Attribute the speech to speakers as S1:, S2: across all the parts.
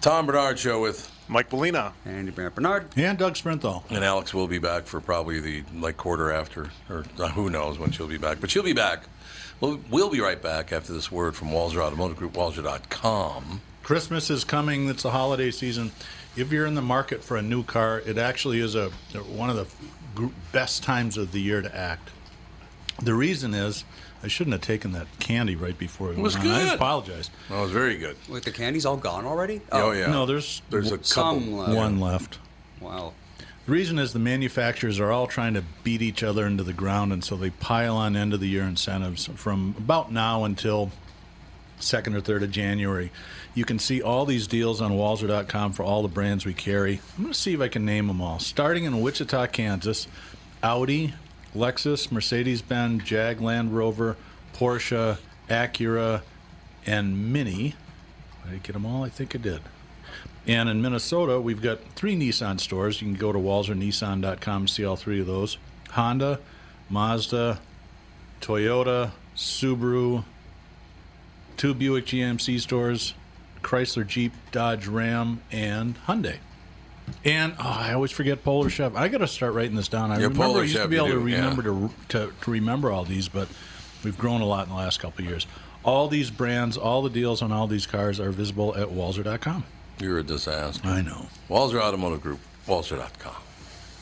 S1: Tom Bernard Show with
S2: Mike Bellina.
S3: Andy Brandt Bernard.
S4: And Doug Sprinthal.
S1: And Alex will be back for probably the like quarter after, or uh, who knows when she'll be back, but she'll be back. We'll, we'll be right back after this word from Walzer Automotive Group, Walzer.com.
S4: Christmas is coming. It's the holiday season. If you're in the market for a new car, it actually is a one of the gr- best times of the year to act. The reason is I shouldn't have taken that candy right before we
S1: was
S4: went on. I
S1: good.
S4: apologize.
S1: That was very good.
S3: Wait, the candy's all gone already?
S1: Oh, yeah.
S4: No, there's
S1: There's a couple.
S3: Some left.
S4: one left.
S3: Wow.
S4: The reason is the manufacturers are all trying to beat each other into the ground, and so they pile on end of the year incentives from about now until second or third of January. You can see all these deals on Walzer.com for all the brands we carry. I'm going to see if I can name them all. Starting in Wichita, Kansas, Audi, Lexus, Mercedes Benz, Jag Land Rover, Porsche, Acura, and Mini. Did I get them all? I think I did. And in Minnesota, we've got three Nissan stores. You can go to walzernissan.com and see all three of those Honda, Mazda, Toyota, Subaru, two Buick GMC stores, Chrysler, Jeep, Dodge, Ram, and Hyundai. And oh, I always forget Polar Chef. I got to start writing this down. I
S1: Yeah,
S4: remember
S1: Polar
S4: I used
S1: Chef,
S4: to be
S1: you
S4: able to
S1: do, yeah.
S4: remember to, to to remember all these, but we've grown a lot in the last couple of years. All these brands, all the deals on all these cars are visible at Walzer.com.
S1: You're a disaster.
S4: I know.
S1: Walzer Automotive Group, Walzer.com.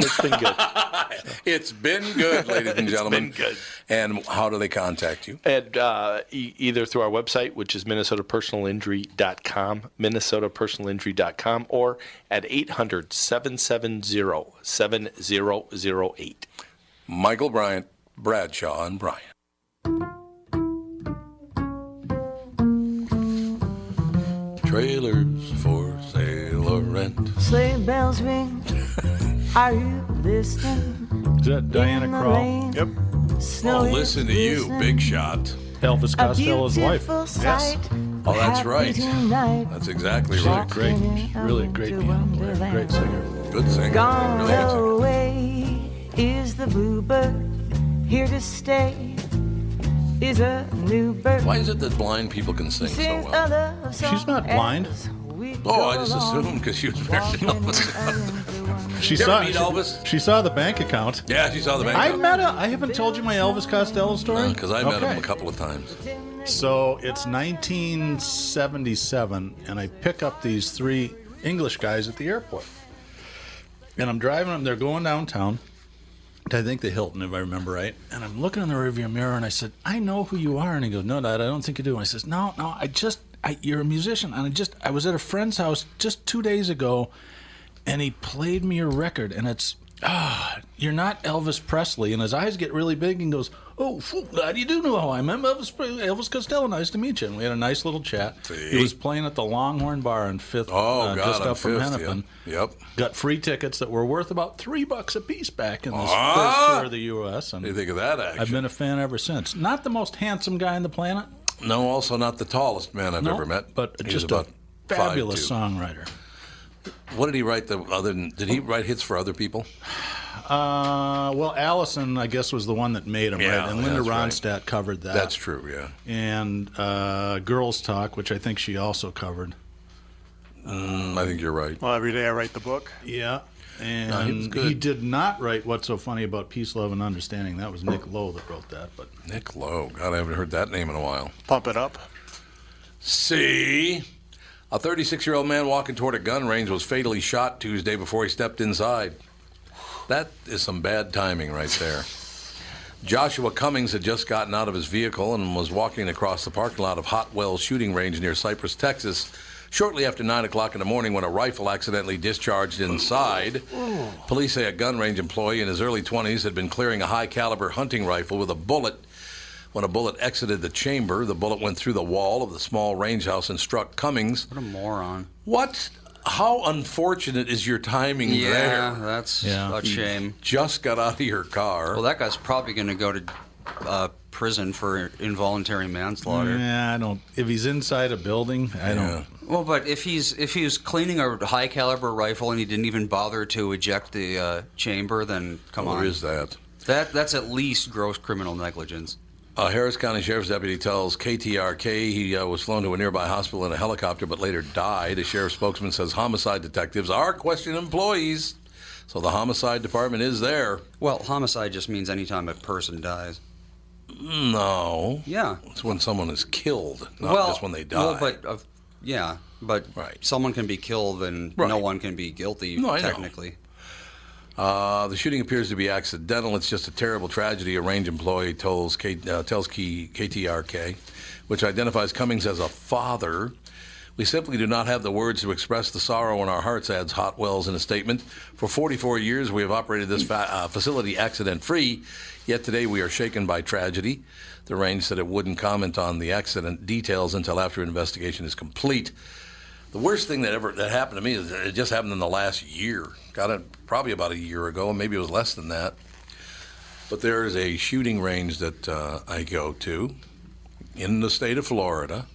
S2: It's been good.
S1: It's been good, ladies and gentlemen.
S2: been good.
S1: And how do they contact you?
S2: And uh, e- either through our website, which is minnesotapersonalinjury.com, minnesotapersonalinjury.com, or at 800-770-7008.
S1: Michael Bryant, Bradshaw, and Bryant. Trailers for sale or rent.
S5: Sleigh bells ring. Are you listening?
S4: Is that Diana
S5: In the
S4: Krall?
S5: rain,
S2: Yep.
S5: snow
S1: I'll
S5: is
S1: Oh, listen to you,
S5: glistening.
S1: Big Shot.
S4: Elvis
S5: A
S4: Costello's wife.
S5: beautiful sight.
S1: Oh, that's right.
S5: Happy tonight.
S1: That's exactly
S4: She's a
S1: right.
S4: great, she's really a great piano player, great singer.
S1: Good singer.
S5: Gone
S1: Really good singer.
S5: away is the bluebird. Here to stay is a new bird.
S1: Why is it that blind people can sing so
S5: Sings a
S1: well?
S5: love song
S4: She's not blind.
S5: as we
S1: Oh,
S5: go
S1: I just
S5: along,
S1: assumed because she was married to
S5: walking
S1: Elvis.
S5: under
S4: She
S1: You ever
S4: saw
S1: meet
S4: she-
S1: Elvis?
S4: She saw the bank account.
S1: Yeah, she saw the
S4: I
S1: bank.
S4: met a. I haven't told you my Elvis Costello story.
S1: Because I met
S4: Okay.
S1: him a couple of times.
S4: So it's 1977, and I pick up these three English guys at the airport. And I'm driving them. They're going downtown to, I think, the Hilton, if I remember right. And I'm looking in the rearview mirror, and I said, I know who you are. And he goes, No, Dad, I don't think you do. And I says, No, no, I just, I, you're a musician. And I just, I was at a friend's house just two days ago, and he played me your record, and it's ah, you're not Elvis Presley. And his eyes get really big and goes, oh, phew, how do you do know how I am? I'm Elvis, Pre- Elvis Costello. Nice to meet you. And we had a nice little chat. He was playing at the Longhorn Bar in Fifth,
S1: Oh,
S4: uh,
S1: God,
S4: just
S1: I'm
S4: up from
S1: fifth,
S4: Hennepin.
S1: yeah. Yep.
S4: Got free tickets that were worth about three bucks a piece back in this
S1: Ah!
S4: first tour of the U.S.
S1: What do you
S4: And
S1: think of that action?
S4: I've been a fan ever since. Not the most handsome guy on the planet,
S1: No, also not the tallest man I've ever met,
S4: but
S1: He was
S4: just a
S1: about
S4: fabulous
S1: 5'2".
S4: songwriter.
S1: What did he write? The other than- did he write hits for other people?
S4: Uh, well, Allison, I guess, was the one that made him,
S1: Yeah,
S4: right? And Linda
S1: that's right.
S4: Ronstadt covered that.
S1: That's true. Yeah,
S4: and uh, Girls Talk, which I think she also covered.
S1: Mm, I think you're right.
S6: Well, every day I write the book.
S4: Yeah. And
S1: No, he was good.
S4: he did not write What's So Funny About Peace, Love, and Understanding. That was Nick Lowe that wrote that. But
S1: Nick Lowe. God, I haven't heard that name in a while.
S6: Pump it up.
S1: See? A 36 year old man walking toward a gun range was fatally shot Tuesday before he stepped inside. That is some bad timing right there. Joshua Cummings had just gotten out of his vehicle and was walking across the parking lot of Hotwell Shooting Range near Cypress, Texas, shortly after 9 o'clock in the morning when a rifle accidentally discharged inside. Police say a gun range employee in his early 20s had been clearing a high caliber hunting rifle with a bullet. When a bullet exited the chamber, the bullet went through the wall of the small range house and struck Cummings.
S3: What a moron.
S1: What? How unfortunate is your timing
S3: Yeah,
S1: there?
S3: that's
S4: Yeah.
S3: a shame.
S1: Just got out of your car.
S3: Well, that guy's probably going to go to uh, prison for involuntary manslaughter.
S4: yeah, I don't. If he's inside a building, I don't.
S3: Well, but if he's if he was cleaning a high caliber rifle and he didn't even bother to eject the uh, chamber, then come
S1: Well,
S3: on,
S1: there is that.
S3: that that's at least gross criminal negligence.
S1: A Uh, Harris County Sheriff's deputy tells KTRK he uh, was flown to a nearby hospital in a helicopter but later died. A sheriff's spokesman says homicide detectives are questioning employees. So the homicide department is there.
S3: Well, homicide just means anytime a person dies.
S1: No.
S3: Yeah.
S1: It's when someone is killed, not
S3: well,
S1: Oh, just when they die.
S3: Well, but uh, yeah, but
S1: Right.
S3: someone can be killed and no
S1: Right.
S3: one can be guilty
S1: No, I know.
S3: technically.
S1: Uh, the shooting appears to be accidental. It's just a terrible tragedy. A range employee tells, K, uh, tells K, KTRK, which identifies Cummings as a father. We simply do not have the words to express the sorrow in our hearts, adds Hotwells in a statement. For 44 years, we have operated this fa- uh, facility accident free, yet today we are shaken by tragedy. The range said it wouldn't comment on the accident details until after investigation is complete. The worst thing that ever that happened to me is it just happened in the last year. Got it probably about a year ago, and maybe it was less than that. But there is a shooting range that uh, I go to in the state of Florida,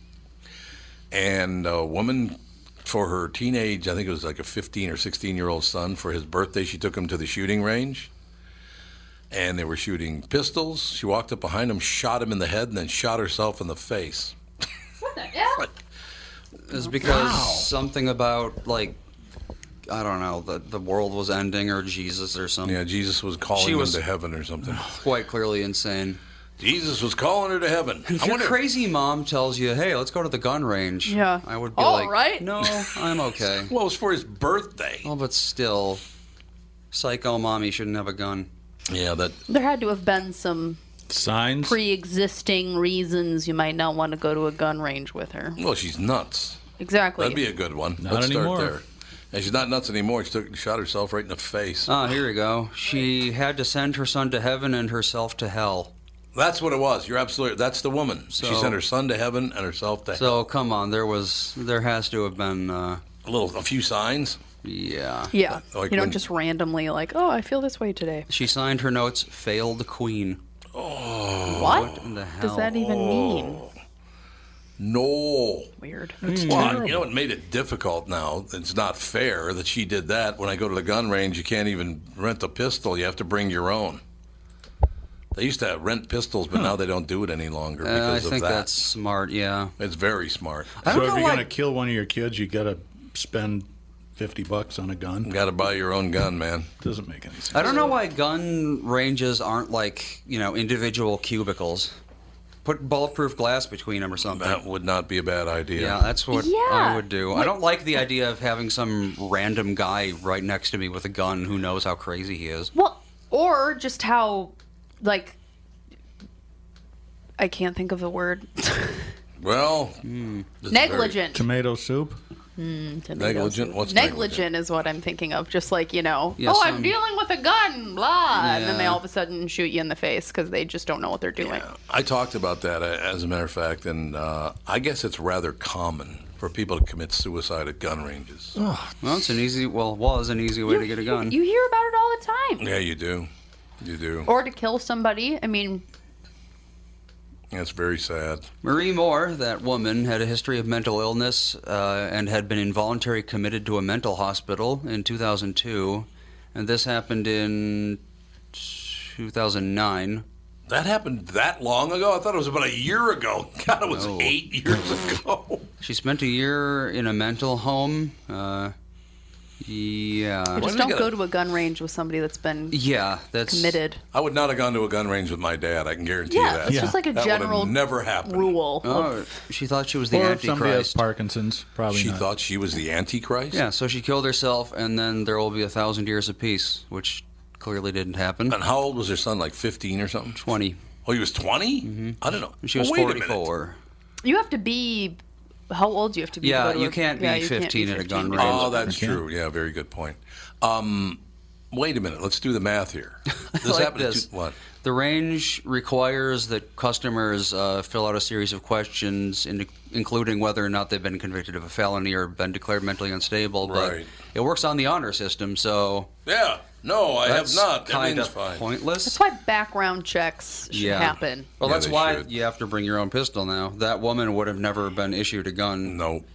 S1: and a woman for her teenage, I think it was like a 15 or 16 year old son, for his birthday, she took him to the shooting range, and they were shooting pistols. She walked up behind him, shot him in the head, and then shot herself in the face.
S7: What the hell?
S3: It's because something about like I don't know the the world was ending or Jesus or something.
S1: Yeah, Jesus was calling
S3: She
S1: him
S3: was-
S1: to heaven or something.
S3: Quite clearly insane.
S1: Jesus was calling her to heaven.
S3: If
S1: I
S3: your
S1: wonder.
S3: crazy mom tells you, "Hey, let's go to the gun range,"
S6: Yeah.
S3: I would be
S6: All
S3: like,
S6: right.
S3: "No, I'm okay."
S1: Well, it was for his birthday.
S3: well, but still, psycho mommy shouldn't have a gun.
S1: Yeah, that.
S6: There had to have been some
S4: Signs?
S6: pre-existing reasons you might not want to go to a gun range with her.
S1: Well, she's nuts.
S6: Exactly.
S1: That'd be a good one.
S4: Not
S1: Let's
S4: anymore.
S1: start there. And she's not nuts anymore. She took, shot herself right in the face.
S3: Ah, here we go. She had to send her son to heaven and herself to hell.
S1: that's what it was. You're absolutely. That's the woman. she
S3: So-
S1: sent her son to heaven and herself to
S3: So come on, there was, there has to have been, uh,
S1: a little, a few signs.
S3: yeah.
S6: yeah.
S1: Like
S6: you don't
S1: when-
S6: just randomly like, oh, I feel this way today.
S3: She signed her notes, failed queen.
S1: Oh.
S6: what
S3: What in the hell?
S6: does that even mean?
S1: No.
S6: Weird. Hmm.
S1: Well, you know what made it difficult now? It's not fair that she did that. When I go to the gun range, you can't even rent a pistol. You have to bring your own. They used to rent pistols, but now they don't do it any longer
S3: Uh, I
S1: because
S3: think
S1: of that.
S3: that's smart, yeah.
S1: It's very smart.
S3: I
S4: So
S3: don't
S4: if
S3: know
S4: you're
S3: why-
S4: gonna kill one of your kids, you gotta spend fifty bucks on a gun.
S1: Got to buy your own gun, man.
S4: Doesn't make any sense.
S3: I don't know why gun ranges aren't like, you know, individual cubicles. Put bulletproof glass between them or something.
S1: That would not be a bad idea.
S3: yeah, that's what I
S6: Yeah.
S3: would do. I don't like the idea of having some random guy right next to me with a gun who knows how crazy he is.
S6: Well, or just how, like, I can't think of the word.
S1: Well,
S3: Hmm.
S1: it's very-
S6: negligent.
S4: Tomato soup?
S6: Tomatoes.
S1: negligent? What's
S6: negligent?
S1: negligent?
S6: is what I'm thinking of. Just like you know,
S3: Yeah,
S6: oh,
S3: some-
S6: I'm dealing with a gun, blah, and then they
S3: Yeah.
S6: all of a sudden shoot you in the face because they just don't know what they're doing.
S1: I talked about that, uh, as a matter of fact, and uh, I guess it's rather common for people to commit suicide at gun ranges.
S3: Well, it's an easy, well, was an easy way to get a gun.
S6: You hear about it all the time.
S1: Yeah, you do. You do.
S6: Or to kill somebody. I mean,
S1: That's very sad.
S3: Marie Moore, that woman, had a history of mental illness uh, and had been involuntarily committed to a mental hospital in 2002. And this happened in 2009.
S1: That happened that long ago? I thought it was about a year ago. God, it was
S3: No.
S1: eight years ago.
S3: She spent a year in a mental home. Uh, Yeah.
S6: Just
S1: did
S6: don't
S1: you
S6: go
S1: get a-
S6: to a gun range with somebody that's been
S3: Yeah, that's
S6: committed.
S1: I would not have gone to a gun range with my dad. I can guarantee
S6: Yeah,
S1: that.
S6: it's just like a
S1: That would've
S6: general
S1: never happened.
S6: rule. of-
S3: Oh, she thought she was the
S4: or if somebody has
S3: Antichrist.
S4: Parkinson's, probably
S1: She
S4: not.
S1: thought she was the Antichrist.
S3: Yeah, so she killed herself, and then there will be a thousand years apiece, which clearly didn't happen.
S1: And how old was her son? Like 15 or something?
S3: Twenty.
S1: Oh, he was 20? I don't know.
S3: Mm-hmm. She was
S1: Well, wait a minute.
S3: forty-four.
S6: you have to be. How old do you have to be?
S3: Yeah,
S6: to go to
S3: you
S6: a-
S3: can't be
S6: yeah, you can't
S3: 15 at a gun
S6: to
S3: range.
S1: Oh, that's
S4: Okay.
S1: true. Yeah, very good point. Um, wait a minute. Let's do the math here. This
S3: Like
S1: happened
S3: this.
S1: to what?
S3: The range requires that customers uh, fill out a series of questions, in, including whether or not they've been convicted of a felony or been declared mentally unstable. But
S1: Right.
S3: it works on the honor system, so
S1: Yeah. No, I have
S3: that's
S1: not.
S3: kind
S1: Everything's
S3: of
S1: fine.
S3: pointless.
S6: That's why background checks should
S3: Yeah.
S6: happen.
S3: Well,
S1: Yeah,
S3: that's
S1: they
S3: why
S1: should.
S3: you have to bring your own pistol now. That woman would have never been issued a gun,
S1: No.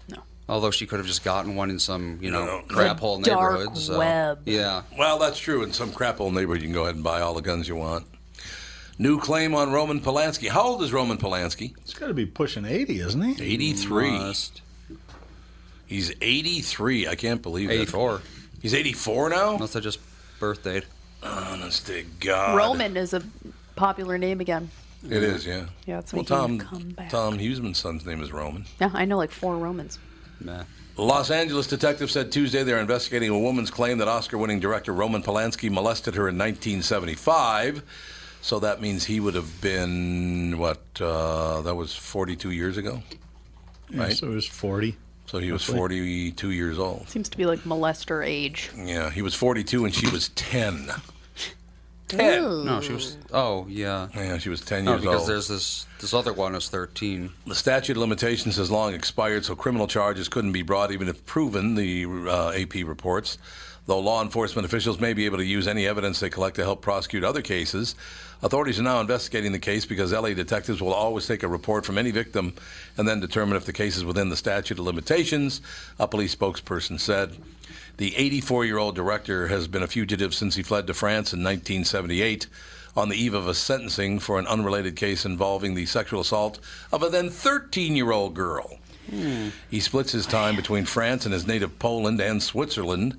S3: although she could have just gotten one in some, you know,
S1: No.
S3: crap hole
S6: The dark
S3: neighborhood. so-
S6: web.
S3: Yeah.
S1: Well, that's true. In some crap old neighborhood, you can go ahead and buy all the guns you want. New claim on Roman Polanski. How old is Roman Polanski?
S4: He's got to be pushing 80, isn't he?
S1: 83.
S3: Must.
S1: He's 83. I can't believe it.
S3: 84.
S1: He's 84 now?
S3: Unless I just birthdayed.
S1: Honest to God.
S6: Roman is a popular name again.
S1: It is, yeah.
S6: Yeah, that's
S1: well,
S6: making a
S1: Tom,
S6: comeback.
S1: Tom Huseman's son's name is Roman.
S6: Yeah, I know like four Romans.
S3: Nah.
S1: Los Angeles detectives said Tuesday they're investigating a woman's claim that Oscar winning director Roman Polanski molested her in 1975. So that means he would have been, what, uh, that was 42 years ago?
S4: Yeah,
S1: Right.
S4: So he was 40.
S1: So he was 42 years old.
S6: Seems to be like molester age.
S1: Yeah, he was 42 and she was 10. 10.
S3: No, she was. Oh, yeah.
S1: Yeah, she was 10
S3: No,
S1: years
S3: Oh, because
S1: old.
S3: there's this this other one is 13.
S1: The statute of limitations has long expired, so criminal charges couldn't be brought even if proven, the uh, AP reports. Though law enforcement officials may be able to use any evidence they collect to help prosecute other cases, authorities are now investigating the case because LA detectives will always take a report from any victim and then determine if the case is within the statute of limitations, a police spokesperson said. The 84 year old director has been a fugitive since he fled to France in 1978 on the eve of a sentencing for an unrelated case involving the sexual assault of a then 13 year old girl. He splits his time between France and his native Poland and Switzerland.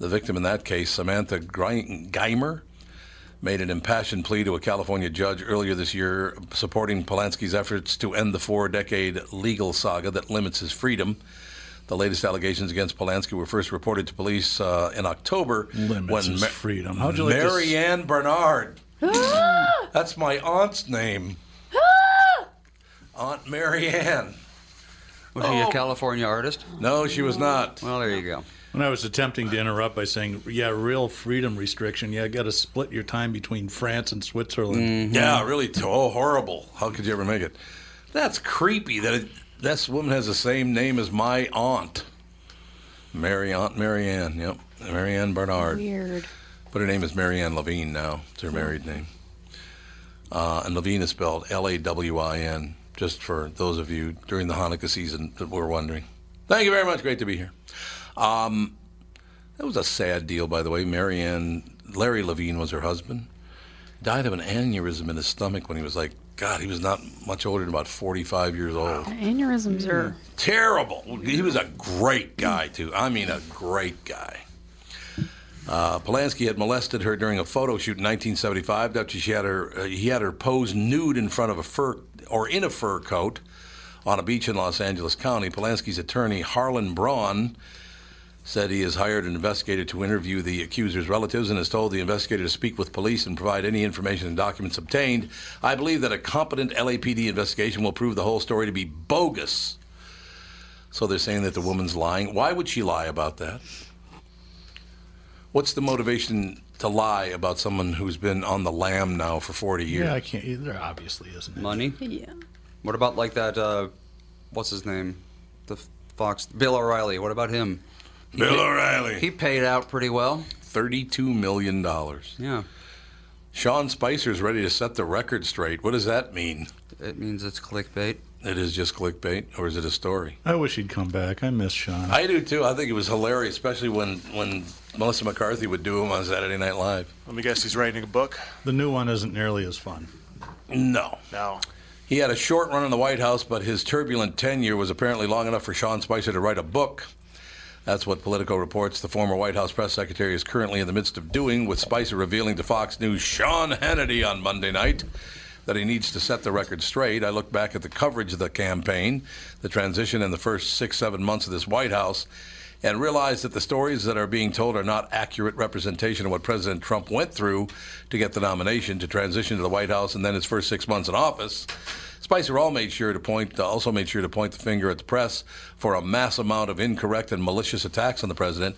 S1: The victim in that case, Samantha Gri- Geimer, made an impassioned plea to a California judge earlier this year supporting Polanski's efforts to end the four decade legal saga that limits his freedom. The latest allegations against Polanski were first reported to police uh, in October
S4: Limits his
S1: Ma-
S4: freedom. How'd you like to s-
S1: Mary Ann Bernard. That's my aunt's name. Aunt Mary Ann.
S3: Was
S6: Oh.
S3: she a California artist?
S1: No, she was not.
S3: Well, there you go.
S4: When I was attempting to interrupt by saying, yeah, real freedom restriction. Yeah, got to split your time between France and Switzerland.
S1: Yeah, really. T- oh, horrible. How could you ever make it? That's creepy that it, this woman has the same name as my aunt. Mary Aunt Mary Ann. Yep. Mary Ann Bernard.
S6: Weird.
S1: But her name is Mary Ann Levine now. It's her married name. Uh, and Levine is spelled L A W I N, just for those of you during the Hanukkah season that were wondering. Thank you very much. Great to be here. Um, that was a sad deal, by the way. Mary Ann, Larry Levine was her husband. Died of an aneurysm in his stomach when he was like, God, he was not much older than about 45 years old.
S6: Aneurysms are.
S1: Terrible. He was a great guy, too. I mean, a great guy. Uh, Polanski had molested her during a photo shoot in 1975 after she had her, uh, he had her pose nude in front of a fur or in a fur coat on a beach in Los Angeles County. Polanski's attorney, Harlan Braun, said he has hired an investigator to interview the accuser's relatives and has told the investigator to speak with police and provide any information and documents obtained. I believe that a competent LAPD investigation will prove the whole story to be bogus. So they're saying that the woman's lying. Why would she lie about that? What's the motivation to lie about someone who's been on the lam now for 40 years?
S4: Yeah, I can't. There obviously isn't. It.
S3: Money?
S6: Yeah.
S3: What about like that? Uh, what's his name? The f- Fox Bill O'Reilly. What about him?
S1: Bill O'Reilly.
S3: He paid out pretty well.
S1: $32 million.
S3: Yeah,
S1: Sean Spicer's ready to set the record straight. What does that mean?
S3: it means it's clickbait.
S1: It is just clickbait, or is it a story?
S4: I wish he'd come back. I miss Sean.
S1: I do too. I think it was hilarious, especially when, when Melissa McCarthy would do him on Saturday Night Live.
S7: Let me guess, he's writing a book
S4: the new one isn't nearly as fun.
S1: No.
S7: now.
S1: He had a short run in the White House, but his turbulent tenure was apparently long enough for Sean Spicer to write a book. That's what Politico reports the former White House press secretary is currently in the midst of doing, with Spicer revealing to Fox News Sean Hannity on Monday night that he needs to set the record straight. I look back at the coverage of the campaign, the transition in the first six, seven months of this White House, and realize that the stories that are being told are not accurate representation of what President Trump went through to get the nomination, to transition to the White House, and then his first six months in office. Spicer all made sure to point, uh, also made sure to point the finger at the press for a mass amount of incorrect and malicious attacks on the president.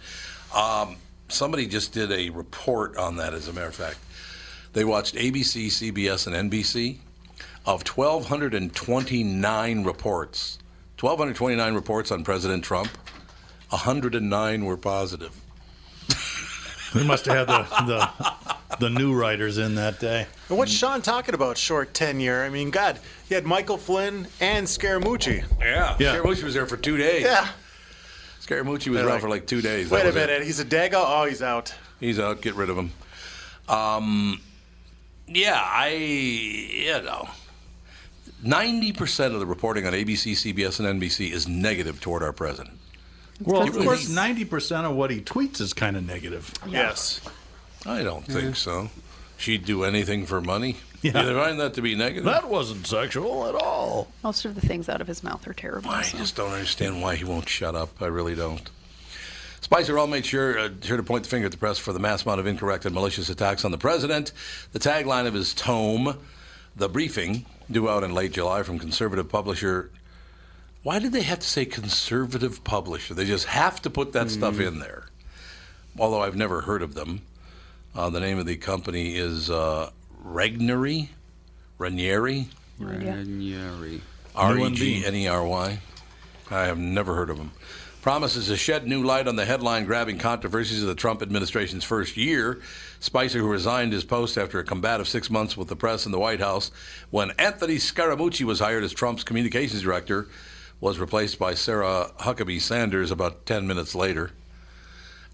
S1: Um, somebody just did a report on that, as a matter of fact. They watched ABC, CBS, and NBC. Of 1,229 reports, 1,229 reports on President Trump, 109 were positive.
S4: We must have had the, the, the new writers in that day.
S7: And what's Sean talking about? Short tenure. I mean, God, he had Michael Flynn and Scaramucci.
S1: Yeah.
S4: Yeah.
S1: Scaramucci was there for two days.
S7: Yeah.
S1: Scaramucci was around
S7: They're like,
S1: for like two days.
S7: Wait
S1: That
S7: a
S1: was it.
S7: minute. He's a Dago. Oh, he's out.
S1: He's out. Get rid of him. Um, yeah, I, you know, 90% of the reporting on ABC, CBS, and NBC is negative toward our president.
S4: Well,
S6: Well,
S4: of
S6: of
S4: course, ninety percent of what he tweets is kind of negative.
S7: Yes.
S1: I don't think so. She'd do anything for money.
S4: Yeah.
S1: You find that to be negative?
S4: That wasn't sexual at all.
S6: Most of the things out of his mouth are terrible.
S1: I
S6: so.
S1: just don't understand why he won't shut up. I really don't. Spicer all made sure, uh, sure to point the finger at the press for the mass amount of incorrect and malicious attacks on the president. The tagline of his tome, The Briefing, due out in late July from conservative publisher. Why did they have to say conservative publisher? They just have to put that stuff in there. Although I've never heard of them. Uh, the name of the company is uh, Regnery? Ranieri?
S3: Ranieri.
S1: R E
S4: UNB.
S1: G N E R Y. I have never heard of him. Promises to shed new light on the headline grabbing controversies of the Trump administration's first year. Spicer, who resigned his post after a combative six months with the press and the White House, when Anthony Scaramucci was hired as Trump's communications director, was replaced by Sarah Huckabee Sanders about 10 minutes later.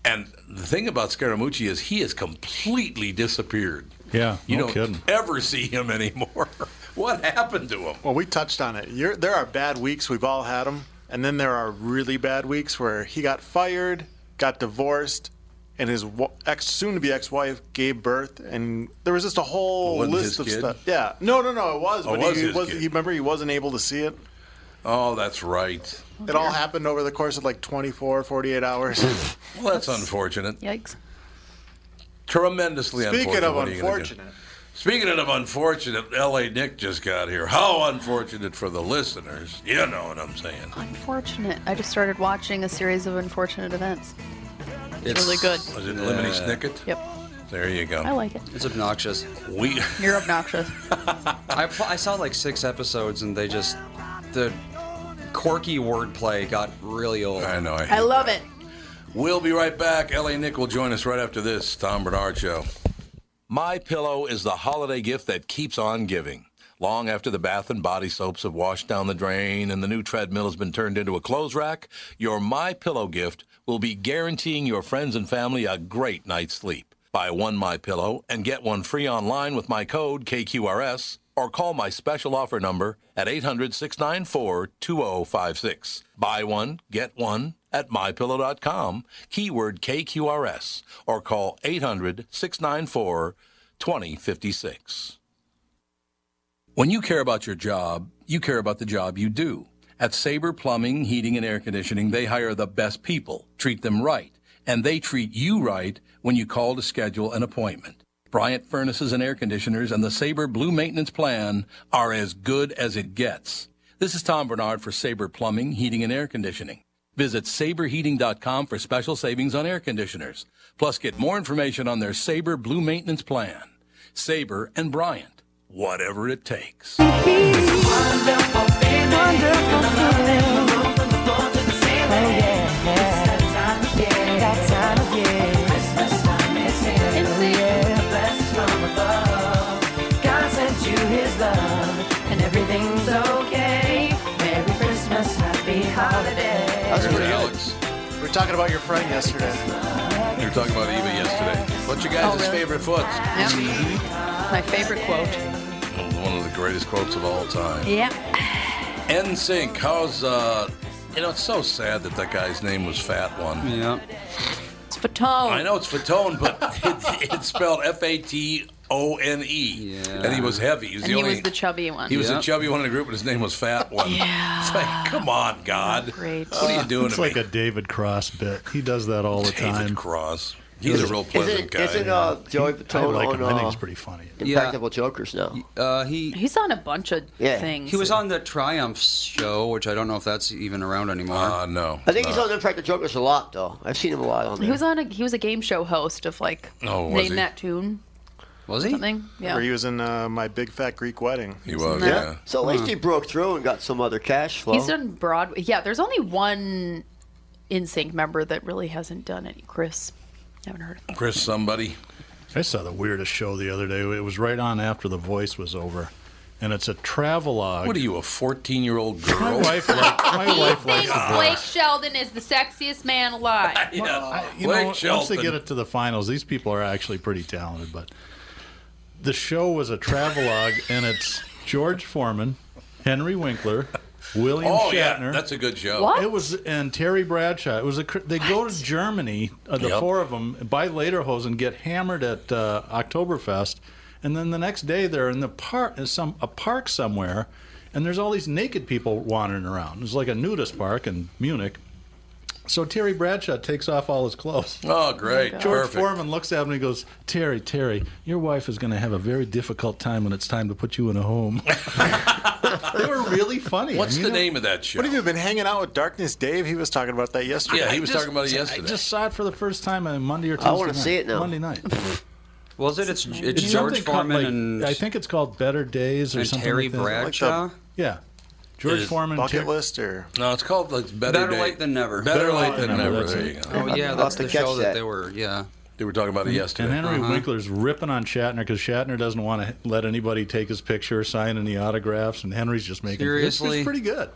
S1: And the thing about Scaramucci is he has completely disappeared.
S4: Yeah,
S1: You
S4: no
S1: don't
S4: kidding.
S1: ever see him anymore. what happened to him?
S7: Well, we touched on it. You're, there are bad weeks. We've all had them. And then there are really bad weeks where he got fired, got divorced, and his wa- ex, soon-to-be ex-wife gave birth, and there was just a whole
S1: Wasn't
S7: list
S1: his
S7: of
S1: kid?
S7: stuff. Yeah. No, no, no. It was,
S1: Oh,
S7: but
S1: it was
S7: he
S1: his
S7: was.
S1: kid.
S7: He, remember, he wasn't able to see it.
S1: Oh, that's right.
S7: It all happened over the course of like 24, 48 hours.
S1: Well, that's unfortunate.
S6: Yikes.
S1: Tremendously
S7: Speaking
S1: unfortunate.
S7: of
S1: What are you gonna do?
S7: unfortunate,
S1: Speaking of unfortunate, L.A. Nick just got here. How unfortunate for the listeners. You know what I'm saying.
S6: Unfortunate. I just started watching a series of unfortunate events.
S3: It's
S6: really good.
S1: Was it Lemony Snicket?
S6: Yep.
S1: There you go.
S6: I like it.
S3: It's obnoxious.
S1: we
S6: You're obnoxious.
S3: I, pl- I saw like six episodes and they just the quirky wordplay got really old.
S1: I know. I,
S6: I love it.
S1: We'll be right back. LA Nick will join us right after this Tom Bernard show. My Pillow is the holiday gift that keeps on giving. Long after the bath and body soaps have washed down the drain and the new treadmill has been turned into a clothes rack, your My Pillow gift will be guaranteeing your friends and family a great night's sleep. Buy one My Pillow and get one free online with my code KQRS or call my special offer number at 800-694-2056. Buy one, get one at mypillow.com, keyword KQRS, or call 800-694-2056. When you care about your job, you care about the job you do. At Sabre Plumbing, Heating and Air Conditioning, they hire the best people, treat them right, and they treat you right when you call to schedule an appointment. Bryant Furnaces and Air Conditioners and the Sabre Blue Maintenance Plan are as good as it gets. This is Tom Bernard for Sabre Plumbing, Heating and Air Conditioning. Visit saberheating.com for special savings on air conditioners. Plus, get more information on their Sabre Blue Maintenance Plan. Sabre and Bryant, whatever it takes.
S5: Wonderful feeling. Oh, yeah, yeah. Yeah, that time of year. Oh, yeah. God sent you his love, and everything's okay. Merry Christmas, happy holiday.
S7: that's pretty good.
S1: Alex,
S7: We were talking about your friend yesterday.
S1: you were talking about Eva yesterday. What's your guys'
S6: Oh, really?
S1: favorite foods?
S6: Yep. My favorite quote.
S1: One of the greatest quotes of all time.
S6: Yeah.
S1: NSYNC, how's uh, You know, it's so sad that that guy's name was Fat One.
S3: Yeah.
S6: It's Fatone.
S1: I know it's Fatone, but it, it's spelled F A T O N E.
S3: Yeah.
S1: And he was heavy. He was,
S6: And
S1: the,
S6: he
S1: only,
S6: was the chubby one.
S1: He was
S3: Yeah.
S1: the chubby one in the group, and his name was Fat One.
S6: Yeah.
S1: It's like, come on, God.
S6: Great.
S1: What are you doing
S4: It's
S1: to
S4: like
S1: me?
S4: a David Cross bit. He does that all the
S1: David
S4: time.
S1: Cross. He's a real pleasant
S8: Isn't,
S1: guy.
S8: isn't uh, Joey
S4: I
S8: Fatone
S4: like
S1: Oh,
S8: on
S4: him. I think
S8: uh,
S4: he's pretty funny.
S3: Yeah.
S8: Impractical Jokers now?
S3: Uh, he
S6: He's on a bunch of
S8: Yeah.
S6: things.
S3: he was on the Triumph show, which I don't know if that's even around anymore.
S1: uh, no.
S8: I think
S1: no.
S8: he's on Impractical Jokers a lot, though. I've seen him a lot on there.
S6: He was on a he was a game show host of like
S1: Oh, was
S6: name
S1: he?
S6: that tune
S3: was he?
S6: something. Yeah.
S7: Where he was in uh, my big fat Greek wedding.
S1: He was,
S6: that-
S1: yeah.
S8: So at least he broke through and got some other cash flow.
S6: He's done Broadway. Yeah, there's only one NSYNC member that really hasn't done any. Chris, haven't heard. Of him.
S1: Chris somebody.
S4: I saw the weirdest show the other day. It was right on after The Voice was over, and it's a travelogue.
S1: What are you, a 14 year old
S4: My
S1: girl?
S4: wife liked. My wife liked
S9: thinks
S4: The
S9: Blake
S4: Voice.
S9: Sheldon is the sexiest man alive.
S1: Yeah.
S4: You
S1: Blake
S4: know, once they
S1: Shelton.
S4: get it to the finals, these people are actually pretty talented. But the show was a travelogue, and it's George Foreman, Henry Winkler, William
S1: Oh, yeah.
S4: Shatner.
S1: That's a good show.
S6: What?
S4: It was and Terry Bradshaw. It was a. cr- They go to Germany, uh, the
S1: Yep.
S4: four of them, buy lederhosen, get hammered at uh, Oktoberfest, and then the next day they're in the park, some a park somewhere, and there's all these naked people wandering around. It's like a nudist park in Munich. So Terry Bradshaw takes off all his clothes.
S1: Oh, great.
S4: George
S1: Perfect.
S4: Foreman looks at him and he goes, Terry, Terry, your wife is going to have a very difficult time when it's time to put you in a home. they were really funny.
S1: What's
S4: I mean,
S1: the
S4: it-
S1: name of that show?
S7: What have you been hanging out with Darkness Dave? He was talking about that yesterday.
S1: yeah, he was
S4: Just-
S1: talking about it
S4: I
S1: yesterday.
S4: just saw it for the first time on Monday or Tuesday.
S8: I wanna
S4: night.
S8: see it now.
S4: Monday night.
S3: Was it? It's it's,
S4: It's
S3: George
S4: something called,
S3: Foreman
S4: like,
S3: and,
S4: I think it's called Better Days or
S3: and
S4: something.
S3: Terry
S4: like that.
S3: Bradshaw.
S4: Yeah, George
S1: Is it
S4: Foreman.
S7: Bucket
S4: Ter-
S7: list or
S1: no, it's called like, Better,
S3: Better
S1: Day-
S3: Late Than Never.
S1: Better,
S4: Better
S1: Late
S4: Late
S1: Than
S4: Than
S1: Never.
S4: Never,
S1: There you
S4: that's
S1: go.
S3: Oh yeah,
S8: I'll
S3: that's
S8: have
S3: the
S8: to catch
S3: show that.
S8: that.
S3: they were. Yeah,
S1: They were talking about it yesterday.
S4: And Henry
S3: Uh-huh.
S4: Winkler's ripping on Shatner because Shatner doesn't want to let anybody take his picture, sign any autographs, and Henry's just making. it's-
S3: Seriously?
S4: it's pretty good.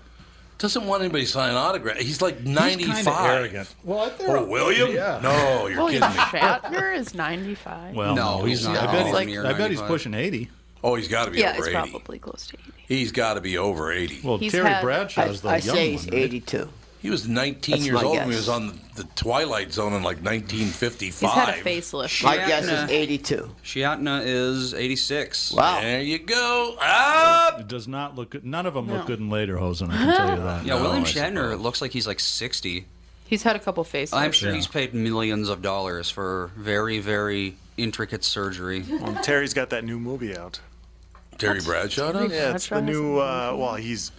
S1: doesn't want anybody to sign autograph. He's like
S4: He's kinda
S1: 95.
S4: arrogant. Well, I think-
S1: Oh, William?
S4: Yeah.
S1: No, you're
S6: William
S1: kidding me.
S6: Shatner is 95.
S4: Well,
S3: No, he's not.
S4: I
S3: No.
S4: bet, he's,
S3: Near
S4: I bet he's
S3: 95.
S4: pushing eighty.
S1: Oh, he's got to be
S6: yeah,
S1: over
S6: he's
S1: 80.
S6: probably close to 80.
S1: He's got to be over 80.
S4: Well,
S6: He's
S4: Terry
S6: had-
S8: I,
S4: Bradshaw's the
S8: I
S4: young
S8: say he's
S4: one. right?
S8: 82.
S1: he was 19
S8: That's
S1: years
S8: my
S1: old when he
S8: guess.
S1: was on the Twilight Zone in like 1955.
S6: He's had a facelift.
S8: My
S3: Yeah,
S8: guess
S3: nah.
S8: is 82.
S3: Shiatna is 86.
S8: Wow.
S1: There you go. Up.
S4: It does not look good. None of them look good in later hosen. I can tell you that.
S3: Yeah,
S1: No,
S3: William
S1: I
S3: Shatner
S1: suppose.
S3: it looks like he's like 60.
S6: He's had a couple facelifts.
S3: I'm sure
S4: Yeah.
S3: he's paid millions of dollars for very, very intricate surgery.
S7: Well, Terry's got that new movie out.
S1: Terry Bradshaw does?
S7: Yeah, it's the
S6: Bradshaw has
S7: new. Uh, well, he's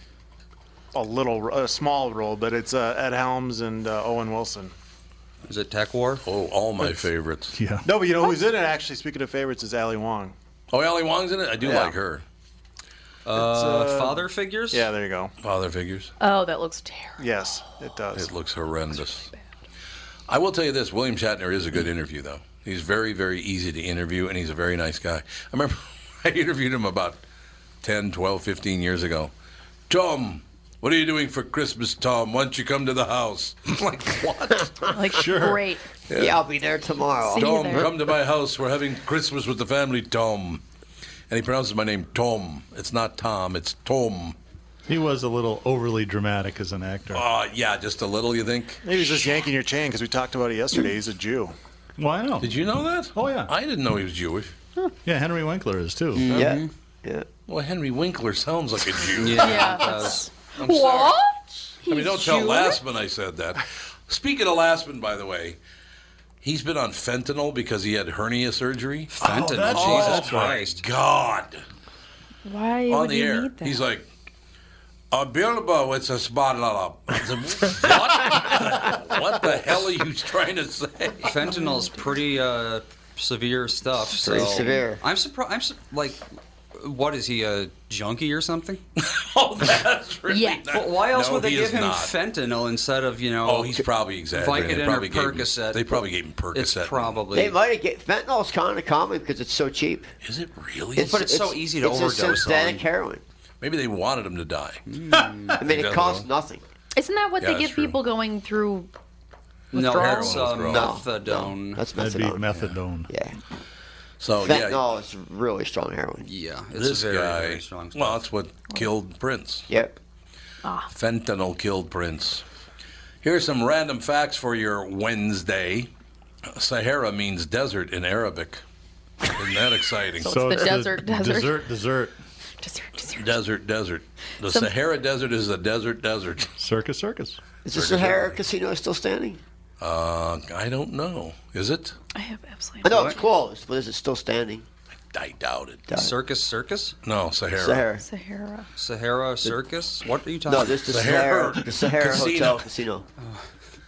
S7: a little, a small role, but it's uh, Ed Helms and uh, Owen Wilson.
S3: Is it Tech War?
S1: Oh, all my favorites.
S4: Yeah.
S7: No, but you know who's
S8: Oh.
S7: in it? Actually, speaking of favorites, is Ali Wong.
S1: Oh, Ali Wong's in it? I do
S7: Yeah.
S1: like her.
S3: Uh, father figures?
S7: Yeah, there you go.
S1: Father figures.
S6: Oh, that looks terrible.
S7: Yes, it does.
S1: It looks horrendous. I will tell you this: William Shatner is a good interview, though. He's very, very easy to interview, and he's a very nice guy. I remember I interviewed him about 10, 12, 15 years ago. Tom, what are you doing for Christmas, Tom? Why don't you come to the house? I'm like, what?
S6: Like, great.
S8: Yeah. I'll be there tomorrow.
S6: See-
S1: Tom,
S6: there.
S1: come to my house. We're having Christmas with the family, Tom. And he pronounces my name Tom. It's not Tom, it's Tom.
S4: He was a little overly dramatic as an actor.
S1: Uh, yeah, just a little, you think?
S7: Maybe he's just yanking your chain because we talked about it yesterday. He's a Jew.
S4: well, I know.
S1: Did you know that?
S4: Oh, yeah.
S1: I didn't know he was Jewish.
S4: Yeah, Henry Winkler is too.
S8: yeah.
S6: mm-hmm.
S8: yeah.
S1: Well, Henry Winkler sounds like a Jew.
S6: Yeah. that's-
S1: sorry.
S6: what?
S1: I mean, don't
S6: He's
S1: tell
S6: Jewish?
S1: Lastman I said that. Speaking of Lastman, by the way, he's been on fentanyl because he had hernia surgery.
S3: Fenton. Jesus
S4: that's- oh, that's right.
S3: Christ.
S1: God,
S6: Why
S1: on
S6: would
S1: the
S6: you
S1: air,
S6: need that?
S1: he's like, a Bilbo, it's a spot up. I said, What? what the hell are you trying to say?
S3: Fentanyl's pretty uh, severe stuff. So
S8: Pretty severe.
S3: I'm surprised. I'm su- like, what is he a junkie or something?
S1: Oh, that's really
S6: Yes.
S1: not-
S3: Well, why else
S1: No,
S3: would they
S1: he is
S3: give him
S1: not.
S3: fentanyl instead of you know?
S1: Oh, he's probably exaggerating. They
S3: Vicodin or
S1: probably, gave him,
S3: Percocet.
S1: they probably gave him Percocet.
S3: it's probably.
S8: They might have get fentanyl's kind of common because it's so cheap.
S1: Is it really?
S8: It's,
S3: But it's Mm-hmm. so easy to
S8: it's
S3: overdose on.
S8: a synthetic heroin.
S1: Maybe they wanted him to die.
S8: I mean, it
S1: doesn't
S8: costs
S1: know.
S8: nothing.
S6: Isn't that what
S1: Yeah,
S6: they
S1: that's
S6: give people going through?
S3: no,
S6: withdrawal?
S3: that's uh,
S1: Heroin
S8: No,
S3: methadone.
S8: no, that's
S4: That'd be
S8: methadone.
S4: methadone.
S8: yeah.
S1: So Oh, yeah,
S8: Fentanyl is really strong heroin.
S3: yeah, it's
S1: this
S3: very,
S1: guy.
S3: very strong stuff.
S1: Well, that's what killed Prince.
S8: Yep.
S1: Fentanyl killed Prince. Here's some random facts for your Wednesday. Sahara means desert in Arabic. Isn't that exciting?
S6: the desert, desert.
S4: Dessert, dessert.
S6: Dessert, dessert.
S1: desert, desert. The
S6: Some-
S1: Sahara Desert is a desert, desert.
S4: Circus, circus.
S8: Is the Sahara Casino still standing?
S1: Uh, I don't know. Is it?
S6: I have absolutely
S8: I know it's closed, but is it still standing?
S1: I doubt it.
S3: Circus Circus?
S1: No, Sahara.
S8: Sahara.
S6: Sahara.
S3: Sahara Circus? What are you talking
S8: No,
S3: about?
S8: this is the
S1: Sahara
S8: Sahara, Sahara
S1: Casino.
S8: Hotel Casino.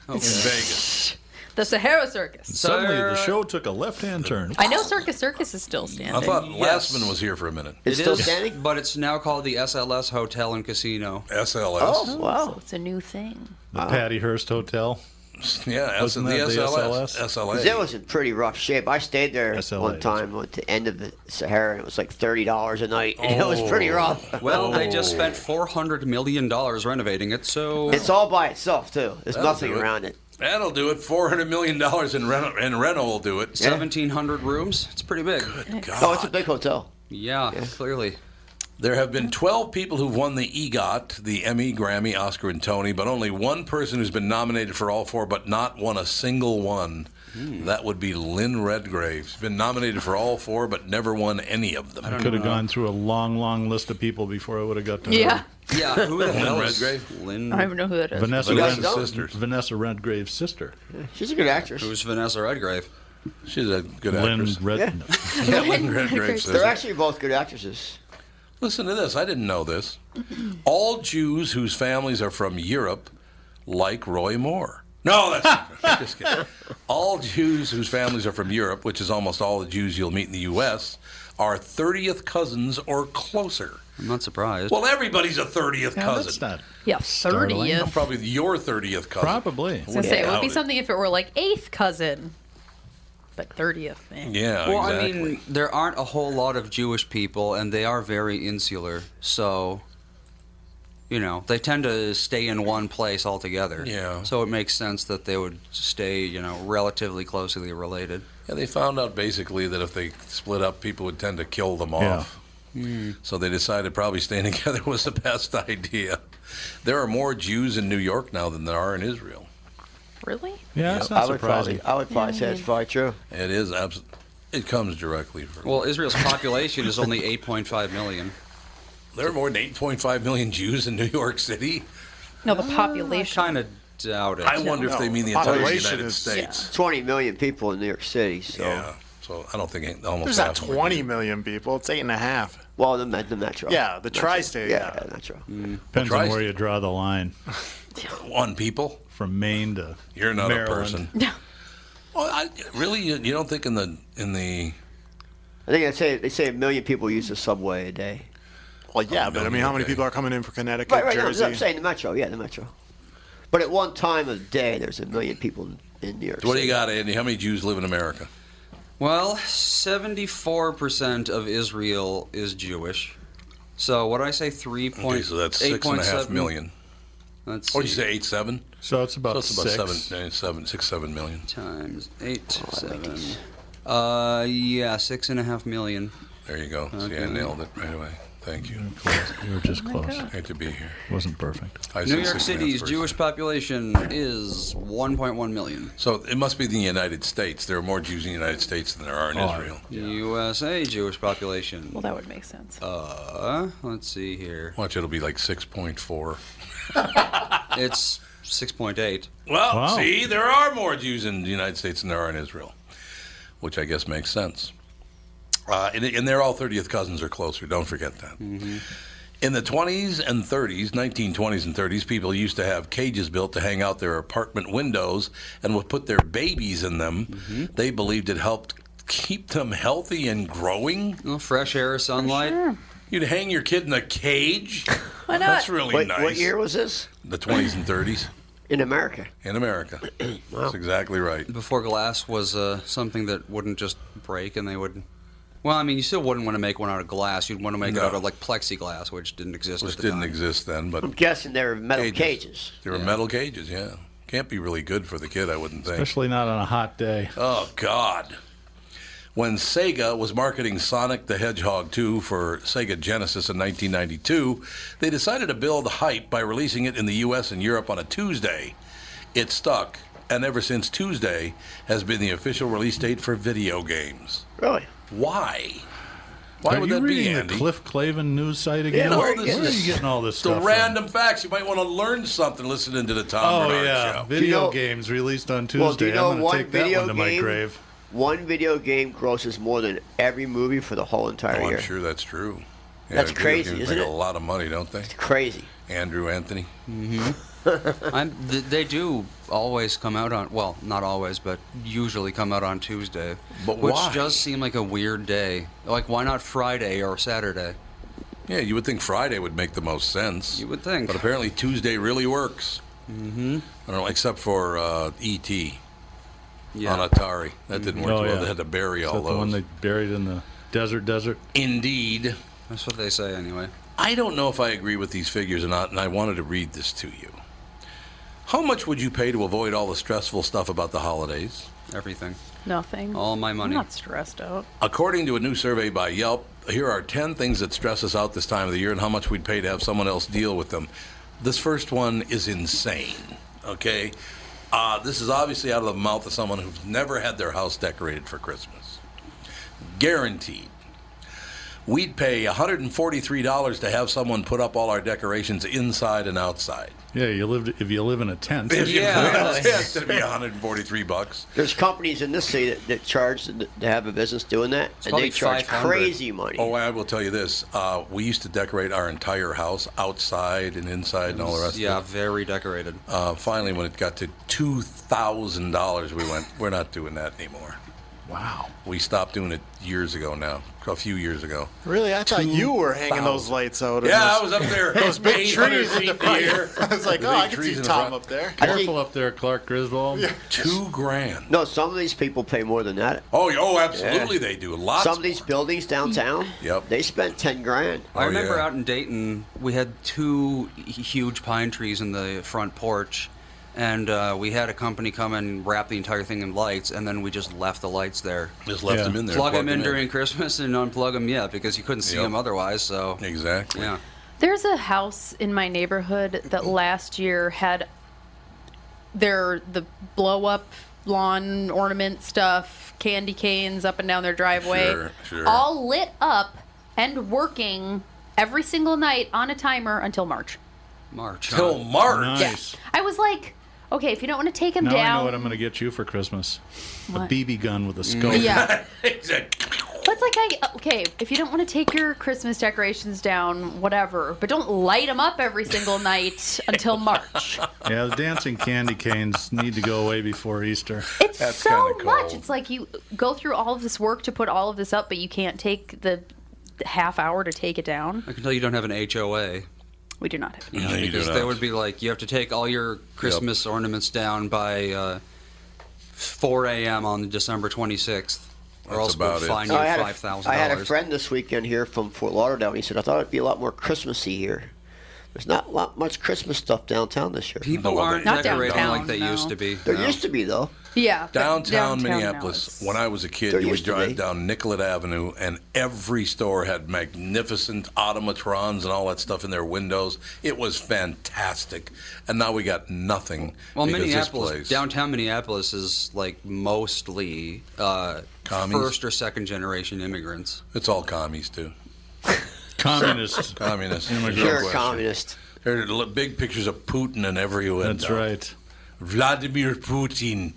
S1: In Vegas.
S9: The Sahara Circus.
S4: Suddenly,
S3: Sir.
S4: the show took a left-hand turn.
S6: I know Circus Circus is still standing.
S1: I thought
S3: Yes.
S1: Lastman was here for a minute.
S8: It's
S3: It
S8: still
S3: is,
S8: standing?
S3: But it's now called the SLS Hotel and Casino.
S1: SLS.
S8: Oh, wow.
S6: It's a new thing.
S4: The Patty Hearst Hotel.
S1: Yeah, S- the
S4: Wasn't that the
S1: SLS.
S4: SLS?
S1: SLA.
S8: That was in pretty rough shape. I stayed there
S4: SLA.
S8: one time at the end of the Sahara, and it was like thirty dollars a night, and it was pretty rough.
S3: Well, they
S1: Oh.
S3: just spent $400 million renovating it, so.
S8: It's all by itself too. There's
S1: That'll
S8: nothing
S1: do it.
S8: around it.
S1: That'll do it. $400 million in rental, and rental will do it.
S3: 1,700 rooms. It's pretty big.
S1: God.
S8: Oh, it's a big hotel.
S3: Yeah, clearly.
S1: There have been 12 people who've won the EGOT, the Emmy, Grammy, Oscar, and Tony, but only one person who's been nominated for all four, but not won a single one. That would be Lynn Redgrave. She's been nominated for all four, but never won any of them.
S4: Could have gone through a long, long list of people before I would have got to
S6: Yeah.
S4: her.
S3: Yeah, who the hell is
S1: Redgrave?
S3: Lynn?
S6: I don't even know who that is.
S4: Vanessa,
S1: You guys
S4: Red-
S1: don't?
S4: sisters. Vanessa Redgrave's sister.
S8: She's a good actress.
S3: Who's Vanessa Redgrave?
S1: She's a good
S4: Lynn
S1: actress.
S4: Red.
S8: Yeah.
S4: no.
S1: Yeah, Lynn Redgrave says
S8: They're
S1: it.
S8: actually both good actresses.
S1: Listen to this. I didn't know this. All Jews whose families are from Europe like Roy Moore. No, that's I'm just kidding. All Jews whose families are from Europe, which is almost all the Jews you'll meet in the U.S., are 30th cousins or closer.
S3: I'm not surprised.
S1: Well, everybody's a 30th
S4: Yeah,
S1: cousin.
S4: that's not
S6: Yeah,
S4: Startling.
S6: thirtieth.
S1: Probably your 30th cousin.
S4: probably.
S6: I was gonna say it would be
S1: Doubt it.
S6: something if it were like eighth cousin, but thirtieth.
S1: Yeah,
S3: Well,
S1: exactly.
S3: I mean, there aren't a whole lot of Jewish people, and they are very insular. So, you know, they tend to stay in one place altogether.
S1: Yeah.
S3: So it makes sense that they would stay, you know, relatively closely related.
S1: Yeah, they found out basically that if they split up, people would tend to kill them
S4: Yeah.
S1: off. So they decided probably staying together was the best idea. There are more Jews in New York now than there are in Israel.
S6: Really?
S4: Yeah, it's
S8: I
S4: not
S8: would
S4: surprising.
S8: probably, I would probably say it's probably true.
S1: It is abs- It comes directly from.
S3: Well, Israel's population is only 8.5 million.
S1: There are more than 8.5 million Jews in New York City.
S6: No,
S4: Oh,
S6: the
S3: I
S6: population.
S3: kind of doubt it.
S1: I wonder if they mean the entire
S7: Population
S1: United
S7: is-
S1: States.
S8: Twenty million people in New York City. So,
S1: Yeah. So I don't think it- almost
S7: There's not
S1: half of them are
S7: 20
S1: Jews.
S7: million people. It's eight and a half.
S8: well, the, met- the metro.
S7: Yeah, the
S8: Metro.
S7: tri-state,
S8: Yeah,
S7: yeah. Mm.
S8: yeah, metro.
S4: Depends on
S1: Christ.
S4: where you draw the line.
S1: One people.
S4: From Maine to
S1: You're not
S4: Maryland.
S1: a person. No. Well, I, really, you, you don't think in the in the
S8: I think they say they say a million people use the subway a day.
S7: Well, yeah,
S1: Oh,
S7: but I
S1: million,
S7: mean, how many
S1: okay.
S7: people are coming in for Connecticut,
S8: Right, right. no,
S7: Jersey?
S8: No, I'm saying the metro. Yeah, the metro. But at one time of the day, there's a million people in- in New York.
S1: what do
S8: City.
S1: you got, Andy? How many Jews live in America?
S3: Well, 74% of Israel is Jewish. So what I say, 3.
S1: Okay, so that's six and a half million.
S3: Let's
S1: What did you
S3: see.
S1: say, eight seven?
S4: So it's about,
S1: So it's about
S4: six.
S1: seven, nine, seven, six, seven million.
S3: times eight, seven. Uh, yeah, six and a half million.
S1: There you go. See, I nailed it right away. Thank you.
S4: You were
S6: Oh
S4: just close.
S1: Great to be here.
S4: Wasn't perfect.
S1: I
S3: New
S1: said
S3: York
S1: six and a half
S3: City's
S1: person.
S3: Jewish population is 1.1 million.
S1: So it must be the United States. There are more Jews in the United States than there are in
S4: Oh,
S1: Israel.
S3: USA Jewish population.
S6: Well, that would make sense.
S3: Uh, let's see here.
S1: Watch, it'll be like 6.4.
S3: It's 6.8.
S1: Well,
S4: Wow.
S1: see, there are more Jews in the United States than there are in Israel, which I guess makes sense. Uh, and, and they're all 30th cousins or closer. Don't forget that.
S6: Mm-hmm.
S1: In the 20s and 30s, 1920s and 30s, people used to have cages built to hang out their apartment windows and would put their babies in them.
S6: Mm-hmm.
S1: They believed it helped keep them healthy and growing.
S3: Well, fresh air, sunlight.
S1: You'd hang your kid in a cage.
S6: Why not?
S1: That's really
S8: Wait,
S1: nice.
S8: what year was this
S1: The 20s and 30s
S8: in America?
S1: in America. That's exactly right.
S3: Before glass was uh, something that wouldn't just break, and they would. Well, I mean, you still wouldn't want to make one out of glass. You'd want to make
S1: No.
S3: it out of like plexiglass, which didn't exist.
S1: Which
S3: at the
S1: didn't
S3: time.
S1: exist then, but
S8: I'm guessing they were uh, metal cages.
S1: They were metal cages, yeah. Can't be really good for the kid, I wouldn't think.
S4: Especially not on a hot day.
S1: Oh, God. when Sega was marketing Sonic the Hedgehog 2 for Sega Genesis in 1992, they decided to build hype by releasing it in the US and Europe on a Tuesday. It stuck, and ever since Tuesday has been the official release date for video games.
S8: Really?
S1: Why? Why
S4: Are
S1: would
S4: you
S1: that be,
S4: reading the
S1: Andy?
S4: Cliff Clavin news site again?
S1: No,
S4: where
S1: this
S4: where are
S1: is
S4: you getting all this
S1: the
S4: stuff? from?
S1: random facts. You might want to learn something listening to the Tom
S4: Oh
S1: Bernard
S4: yeah,
S1: show.
S4: video
S8: you know-
S4: games released on Tuesday.
S8: Well, do you know
S4: I'm gonna
S8: one
S4: take that
S8: video
S4: one to
S8: game?
S4: my grave.
S8: One video game grosses more than every movie for the whole entire
S1: Oh,
S8: year.
S1: I'm sure that's true. Yeah,
S8: That's
S1: video
S8: crazy,
S1: games
S8: isn't
S1: make
S8: it?
S1: a lot of money, don't they?
S8: Crazy.
S1: Andrew Anthony.
S3: I'm, th- they do always come out on well, not always, but usually come out on Tuesday.
S1: But
S3: which
S1: why?
S3: does seem like a weird day. Like why not Friday or Saturday?
S1: Yeah, you would think Friday would make the most sense.
S3: You would think.
S1: But apparently Tuesday really works. Mm-hmm. I don't know, except for uh, E.T.
S3: Yeah.
S1: on Atari. That didn't work
S4: Oh,
S1: well.
S4: yeah.
S1: They had to bury
S4: Is
S1: all
S4: that the one
S1: those.
S4: they buried in the desert? Desert.
S1: Indeed.
S3: That's what they say anyway.
S1: I don't know if I agree with these figures or not, and I wanted to read this to you. How much would you pay to avoid all the stressful stuff about the holidays?
S3: Everything.
S6: Nothing.
S3: All my money.
S6: I'm not stressed out.
S1: According to a new survey by Yelp, here are 10 things that stress us out this time of the year and how much we'd pay to have someone else deal with them. This first one is insane, okay? Uh, this is obviously out of the mouth of someone who's never had their house decorated for Christmas. Guaranteed. We'd pay $143 to have someone put up all our decorations inside and outside.
S4: Yeah, you lived if you live in a tent.
S1: Yeah, it's going to be 143 bucks.
S8: There's companies in this city that, that charge to to have a business doing that, and
S3: probably
S8: they charge
S3: 500.
S8: crazy money.
S1: Oh, I will tell you this. Uh, we used to decorate our entire house outside and inside and all the rest
S3: Yeah,
S1: of it.
S3: very decorated.
S1: Uh, finally, when it got to $2,000, we went, we're not doing that anymore.
S4: Wow.
S1: We stopped doing it years ago now, a few years ago.
S7: Really? I thought you were hanging those
S1: 2,000.
S7: lights out. in
S1: Yeah,
S7: those-
S1: I was up there.
S7: Those big
S1: 800
S7: trees in the
S1: feet in the air.
S7: front. I was like,
S1: The
S7: oh,
S1: big
S7: I can
S1: trees
S7: see
S1: in the
S7: Tom
S1: front.
S7: up there.
S8: I
S4: Careful
S8: think,
S4: up there, Clark Griswold.
S1: Two grand.
S8: no, some of these people pay more than that.
S1: Oh, yeah, oh, absolutely they do. Lots.
S8: Some of these buildings downtown,
S1: Yep.
S8: they spent ten grand.
S1: Oh,
S3: I remember
S1: yeah.
S3: out in Dayton, we had two h- huge pine trees in the front porch, and uh, we had a company come and wrap the entire thing in lights, and then we just left the lights there.
S1: Just left
S4: Yeah.
S1: them in there.
S3: Plug
S1: plugged
S3: them in during Christmas and unplug them, yeah, because you couldn't see
S1: Yep.
S3: them otherwise. So
S1: Exactly.
S3: yeah,
S6: There's a house in my neighborhood that last year had their the blow up lawn ornament stuff, candy canes up and down their driveway,
S1: Sure, sure.
S6: all lit up and working every single night on a timer until March.
S3: March.
S1: Till
S3: huh?
S1: March.
S4: Nice.
S6: I was like, okay, if you don't want to take them
S4: Now
S6: down,
S4: I know what I'm going to get you for Christmas.
S6: What?
S4: A BB gun with a
S1: Mm.
S4: scope.
S6: yeah.
S1: Exactly.
S6: But it's like, I, okay, if you don't want to take your Christmas decorations down, whatever, but don't light them up every single night until March.
S4: Yeah, the dancing candy canes need to go away before Easter.
S6: It's
S1: That's
S6: so
S1: kinda cold.
S6: much. It's like you go through all of this work to put all of this up, but you can't take the half hour to take it down.
S3: I can tell you don't have an HOA
S6: We do not have.
S1: No, you do
S3: because
S1: not.
S3: they would be like, you have to take all your Christmas ornaments down by uh, 4 a.m. on December 26th, or
S1: That's
S3: else we'll
S1: about it.
S3: fine
S8: So
S3: you
S8: Oh, I, had
S3: five
S8: a,
S3: thousand
S8: I had a
S3: dollars.
S8: friend this weekend here from Fort Lauderdale, and he said, I thought it'd be a lot more Christmassy here. There's not a lot much Christmas stuff downtown this year.
S3: People
S1: No, well,
S3: aren't
S1: they-
S6: Not
S3: decorating
S6: downtown,
S3: like they
S6: no.
S3: used to be.
S8: There
S3: no.
S8: used to be, though.
S6: Yeah. but
S1: Downtown,
S6: now
S1: Minneapolis.
S6: it's-
S1: When I was a kid,
S8: There
S1: you would
S8: used to
S1: drive
S8: be.
S1: down Nicollet Avenue, and every store had magnificent automatrons and all that stuff in their windows. It was fantastic. And now we got nothing.
S3: Well,
S1: because
S3: Minneapolis,
S1: this place,
S3: downtown Minneapolis is like mostly uh,
S1: Commies?
S3: first or second generation immigrants.
S1: it's all commies too.
S4: Communist.
S1: Communists. There's no
S8: You're a
S1: question.
S8: communist.
S1: There are li- big pictures of Putin in every window.
S4: That's right.
S1: Vladimir Putin.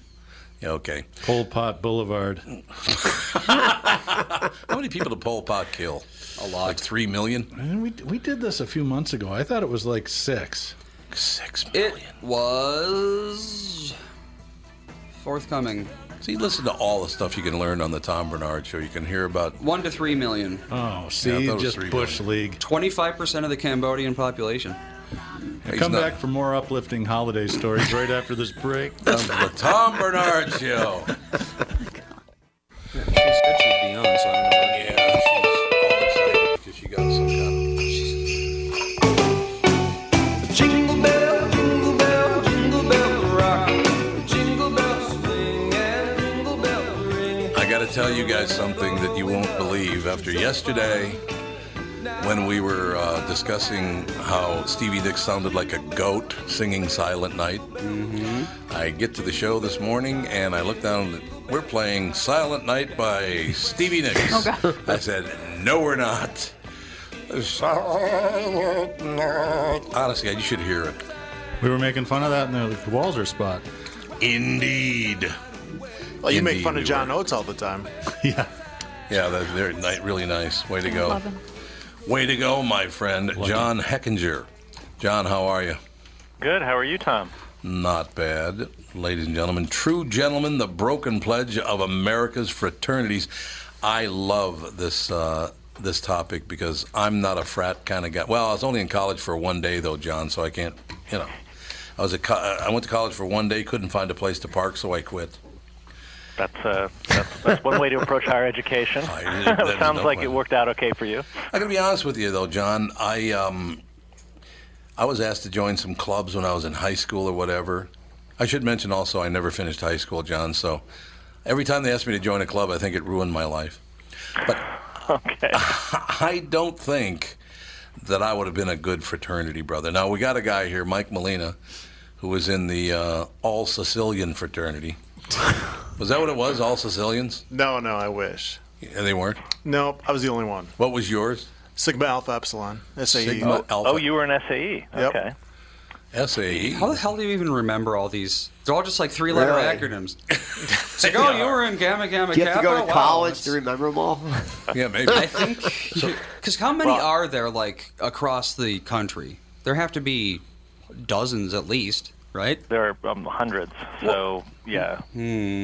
S1: Yeah, okay.
S4: Pol Pot Boulevard.
S1: How many people did Pol Pot kill?
S3: A
S1: Like
S3: lot.
S1: three million?
S4: And we we did this a few months ago. I thought it was like six.
S1: Six
S3: it
S1: million.
S3: was forthcoming.
S1: See, listen to all the stuff you can learn on the Tom Bernard Show. You can hear about
S3: One to three million.
S4: Oh,
S1: Yeah, I
S4: see,
S1: thought it was
S4: just
S1: three
S4: Bush League.
S3: Twenty-five percent of the Cambodian population.
S1: He's
S4: Come
S1: not-
S4: back for more uplifting holiday stories right after this break.
S1: Comes the Tom Bernard Show.
S3: She said she'd be on, so I don't know.
S1: Yeah, she's all excited because she got some kind of.
S10: Jingle bell, jingle bell, jingle bell rock. Jingle bell swing and jingle bell ring.
S1: I got to tell you guys something that you won't believe. After yesterday, when we were uh, discussing how Stevie Nicks sounded like a goat singing Silent Night, I get to the show this morning and I look down. We're playing Silent Night by Stevie Nicks.
S10: Oh, God.
S1: I said, No, we're not. Silent Night. Honestly, you should hear it.
S4: We were making fun of that in the Walzer spot.
S1: Indeed.
S7: Well, you make
S1: Indeed
S7: fun of
S1: we
S7: John Oates all the time.
S4: Yeah.
S1: Yeah, they're, they're ni- really nice. Way to go.
S7: Love 'em.
S1: Way to go, my friend, John Heckinger. John, how are you?
S11: Good. How are you, Tom?
S1: Not bad. Ladies and gentlemen, True Gentlemen, the Broken Pledge of America's Fraternities. I love this uh, this topic because I'm not a frat kind of guy. Well, I was only in college for one day though, John, so I can't, you know. I was a co- I went to college for one day, couldn't find a place to park, so I quit.
S11: That's uh, that's, that's one way to approach higher education.
S1: that is
S11: it sounds
S1: no
S11: like it
S1: problem.
S11: worked out okay for you.
S1: I gotta be honest with you though, John. I um, I was asked to join some clubs when I was in high school or whatever. I should mention also I never finished high school, John. So every time they asked me to join a club, I think it ruined my life. But
S11: okay,
S1: I don't think that I would have been a good fraternity brother. Now we got a guy here, Mike Molina, who was in the uh, All Sicilian fraternity. Was that what it was? All Sicilians?
S7: No, no, I wish.
S1: Yeah, they weren't.
S7: Nope, I was the only one.
S1: What was yours?
S7: Sigma Alpha Epsilon. E. SAE.
S1: Sigma Alpha. E.
S11: Oh, you were an SAE. Okay.
S1: SAE.
S3: How the hell do you even remember all these? They're all just like three letter
S8: Really?
S3: acronyms. It's like, oh, you were in Gamma Gamma
S8: Do you have to go
S3: Kappa?
S8: to
S3: Wow,
S8: college
S3: that's-
S8: to remember them all?
S1: Yeah, maybe.
S3: I think because how many are there like across the country? There have to be dozens at least, right?
S11: There are um, hundreds. So yeah,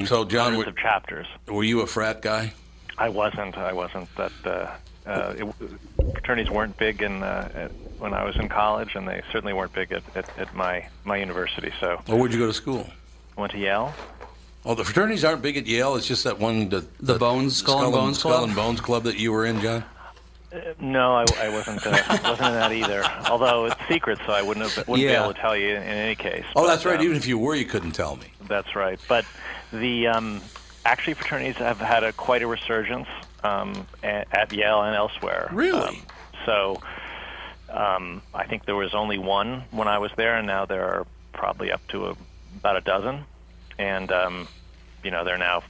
S1: So, John,
S11: hundreds
S1: were,
S11: of chapters.
S1: were you a frat guy?
S11: I wasn't. I wasn't. That uh, uh, it, fraternities weren't big in uh, at, when I was in college, and they certainly weren't big at, at, at my my university. So
S1: Or where'd you go to school?
S11: I went to Yale.
S1: Oh, the fraternities aren't big at Yale. It's just that one, the, the,
S3: Bones Skull and Bones
S1: Skull
S3: Club?
S1: and Bones Club that you were in, John.
S11: No, I, I wasn't. Uh, wasn't in that either. Although it's secret, so I wouldn't have, wouldn't be
S1: Yeah.
S11: able to tell you in, in any case.
S1: Oh,
S11: But,
S1: that's right.
S11: um,
S1: Even if you were, you couldn't tell me.
S11: That's right. But the um, actually fraternities have had a quite a resurgence um, at, at Yale and elsewhere.
S1: Really?
S11: Um, so um, I think there was only one when I was there, and now there are probably up to a, about a dozen. And um, you know, there are now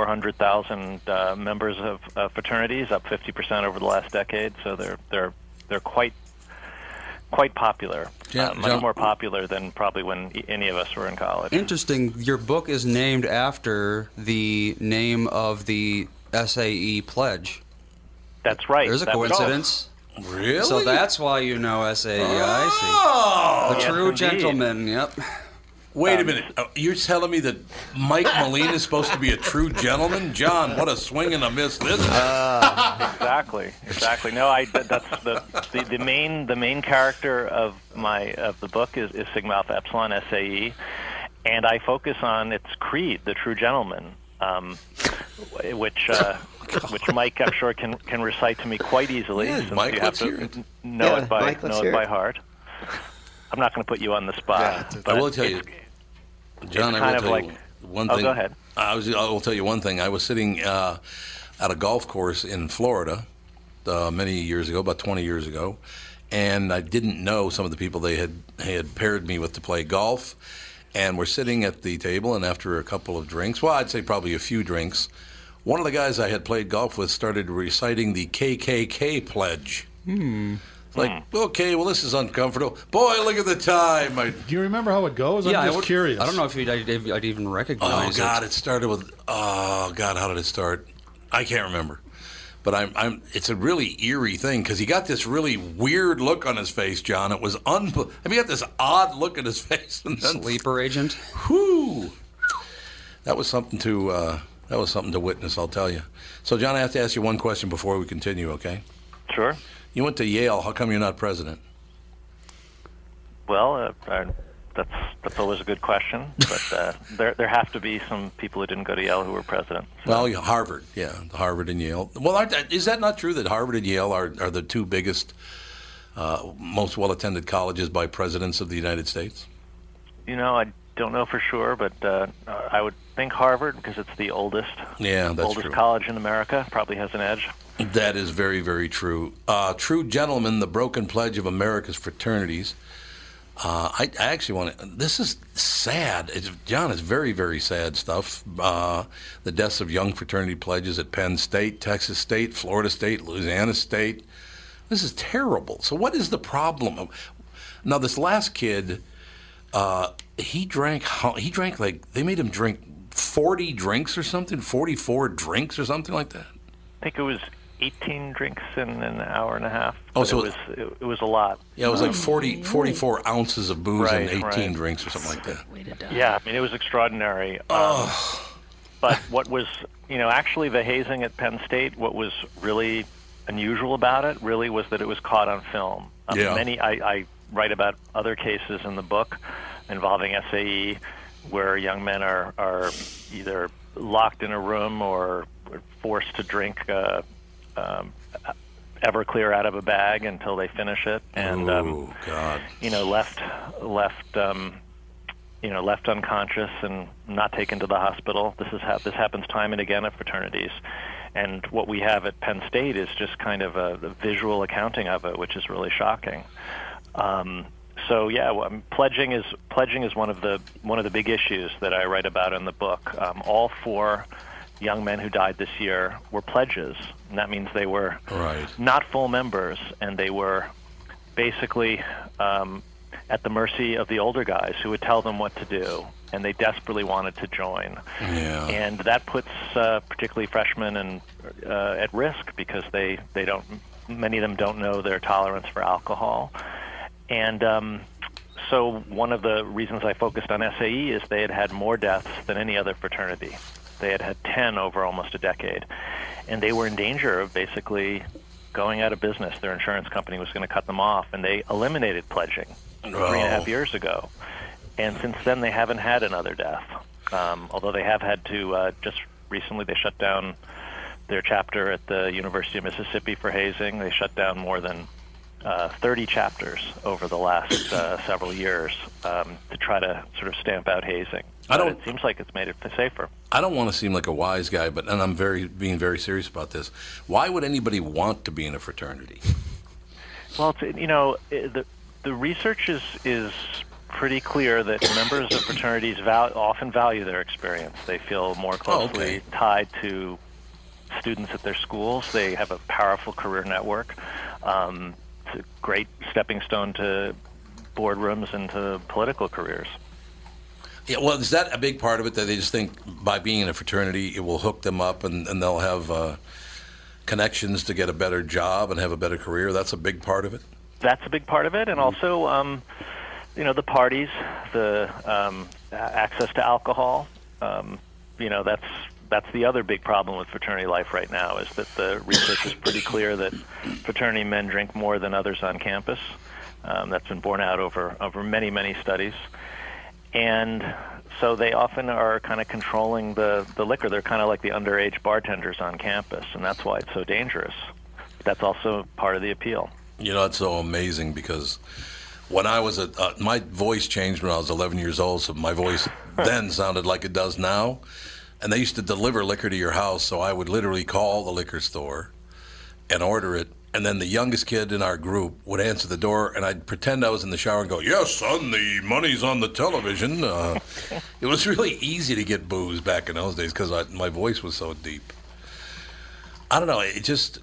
S11: 400,000 uh, members of uh, fraternities, up 50% over the last decade. So they're they're they're quite quite popular.
S3: Yeah,
S11: uh, much
S3: John-
S11: more popular than probably when e- any of us were in college.
S3: Interesting. Your book is named after the name of the SAE pledge.
S11: That's right.
S3: There's a
S11: That was-
S3: coincidence.
S1: Really?
S3: So that's why you know SAE.
S1: Oh!
S3: I see. The
S1: Yes,
S3: true
S1: indeed.
S3: gentleman. Yep.
S1: Wait a
S3: um,
S1: minute. Uh, You're telling me that Mike Moline is supposed to be a true gentleman? John, what a swing and a miss this is.
S11: exactly, exactly. No, I that- that's the, the the main the main character of my of the book is, is Sigma Alpha Epsilon SAE, and I focus on its creed, the true gentleman, um, which uh, which Mike I'm sure can can recite to me quite easily.
S1: Yeah,
S11: since
S1: Mike,
S11: you
S1: let's
S11: have
S1: hear
S11: to
S1: it.
S11: know
S1: Yeah,
S11: it by
S1: Mike, let's
S11: know
S1: hear
S11: it by
S1: it.
S11: heart. I'm not going to put you on the spot.
S1: I
S11: but
S1: will tell you,
S11: it's-
S1: John,
S11: it's
S1: I
S11: kind
S1: will
S11: of
S1: tell
S11: like-
S1: you one
S11: Oh,
S1: thing.
S11: go ahead.
S1: I was. I will tell you one thing. I was sitting uh, at a golf course in Florida uh, many years ago, about 20 years ago, and I didn't know some of the people they had had paired me with to play golf. And we're sitting at the table, and after a couple of drinks, well, I'd say probably a few drinks, one of the guys I had played golf with started reciting the KKK pledge.
S4: Hmm.
S1: It's Like, okay, well, this is uncomfortable. Boy, look at the time. I
S4: Do you remember how it goes? I'm just
S3: I would-
S4: curious.
S3: I don't know if you'd, I'd, I'd even
S1: Oh
S3: recognize
S1: God!
S3: it.
S1: It started with oh God! How did it start? I can't remember. But I'm, I'm. It's a really eerie thing because he got this really weird look on his face, John. It was un. I mean, he got this odd look in his face, and then
S3: sleeper agent.
S1: Whoo! That was something to. Uh, that was something to witness. I'll tell you. So, John, I have to ask you one question before we continue. Okay?
S11: Sure.
S1: You went to Yale. How come you're not president?
S11: Well, uh, I, that's that's always a good question, but uh, there there have to be some people who didn't go to Yale who were president.
S1: Well, yeah, Harvard, yeah, Harvard and Yale. Well, aren't that, is that not true that Harvard and Yale are, are the two biggest, uh, most well attended colleges by presidents of the United States?
S11: You know, I don't know for sure, but uh, I would think Harvard because it's the oldest.
S1: Yeah, that's
S11: oldest
S1: true.
S11: college in America probably has an edge.
S1: That is very, very true. Uh, true gentlemen, the broken pledge of America's fraternities. Uh, I, I actually want to. This is sad. It's, John, it's very, very sad stuff. Uh, the deaths of young fraternity pledges at Penn State, Texas State, Florida State, Louisiana State. This is terrible. So, what is the problem? Now, this last kid, uh, he drank. how- He drank like they made him drink forty drinks or something, forty-four drinks or something like that.
S11: I think it was 18 drinks in an hour and a half.
S1: Oh,
S11: but
S1: so
S11: it was it, it was a lot.
S1: Yeah, it was like 40,
S11: Um,
S1: 44 ounces of booze and
S11: Right,
S1: 18
S11: right.
S1: drinks or something like that.
S11: Yeah, I mean it was extraordinary. Um, but what was you know actually the hazing at Penn State? What was really unusual about it really was that it was caught on film. Um,
S1: Yeah.
S11: Many I, I write about other cases in the book involving SAE where young men are are either locked in a room or forced to drink. Uh, um, Everclear out of a bag until they finish it, and um, you know, left left um, you know, left unconscious and not taken to the hospital. This is hap- this happens time and again at fraternities. And what we have at Penn State is just kind of a, a visual accounting of it, which is really shocking. Um, so yeah, well, um, pledging is pledging is one of the one of the big issues that I write about in the book. Um, all four young men who died this year were pledges, and that means they were
S1: Right.
S11: not full members, and they were basically um, at the mercy of the older guys who would tell them what to do, and they desperately wanted to join.
S1: Yeah.
S11: And that puts uh, particularly freshmen and uh, at risk because they they don't many of them don't know their tolerance for alcohol, and. Um, so one of the reasons I focused on SAE is they had had more deaths than any other fraternity. They had had 10 over almost a decade. And they were in danger of basically going out of business. Their insurance company was going to cut them off, and they eliminated pledging three and a
S1: Oh.
S11: half years ago. And since then, they haven't had another death. Um, although they have had to, uh, just recently, they shut down their chapter at the University of Mississippi for hazing. They shut down more than uh, 30 chapters over the last uh, several years um, to try to sort of stamp out hazing.
S1: I
S11: But
S1: don't-
S11: it seems like it's made it safer.
S1: I don't want to seem like a wise guy, but and I'm very being very serious about this. Why would anybody want to be in a fraternity?
S11: Well, it's, you know, i- the the research is is pretty clear that members of fraternities val- often value their experience. They feel more
S1: Oh,
S11: closely
S1: okay.
S11: tied to students at their schools. They have a powerful career network. Um, it's a great stepping stone to boardrooms and to political careers.
S1: Yeah, well, is that a big part of it that they just think by being in a fraternity it will hook them up and, and they'll have uh, connections to get a better job and have a better career? That's a big part of it.
S11: that's a big part of it, and also, um, you know, the parties, the um, a- access to alcohol. Um, you know, that's that's the other big problem with fraternity life right now is that the research is pretty clear that fraternity men drink more than others on campus. Um, that's been borne out over over many many studies, and so they often are kind of controlling the the liquor. They're kind of like the underage bartenders on campus, and that's why it's so dangerous. That's also part of the appeal.
S1: You know, it's so amazing because when I was a, uh, my voice changed when I was 11 years old, so my voice then sounded like it does now. And they used to deliver liquor to your house, so I would literally call the liquor store and order it. And then the youngest kid in our group would answer the door, and I'd pretend I was in the shower and go, "Yes, son, the money's on the television." Uh, it was really easy to get booze back in those days because my voice was so deep. I don't know. It just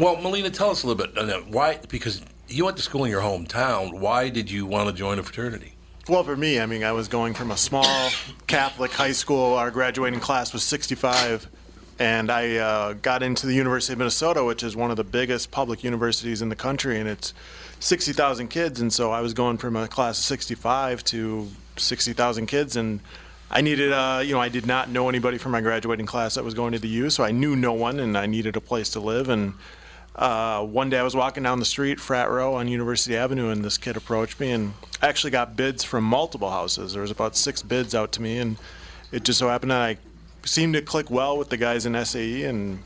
S1: well, Melina, tell us a little bit. uh, Why? Because you went to school in your hometown. Why did you want to join a fraternity?
S7: Well, for me, I mean, I was going from a small Catholic high school. Our graduating class was 65, and I uh, got into the University of Minnesota, which is one of the biggest public universities in the country, and it's 60,000 kids. And so I was going from a class of 65 to 60,000 kids, and I needed, uh, you know, I did not know anybody from my graduating class that was going to the U, so I knew no one, and I needed a place to live, and uh, one day I was walking down the street, frat row on University Avenue, and this kid approached me, and I actually got bids from multiple houses. There was about six bids out to me, and it just so happened that I seemed to click well with the guys in SAE, and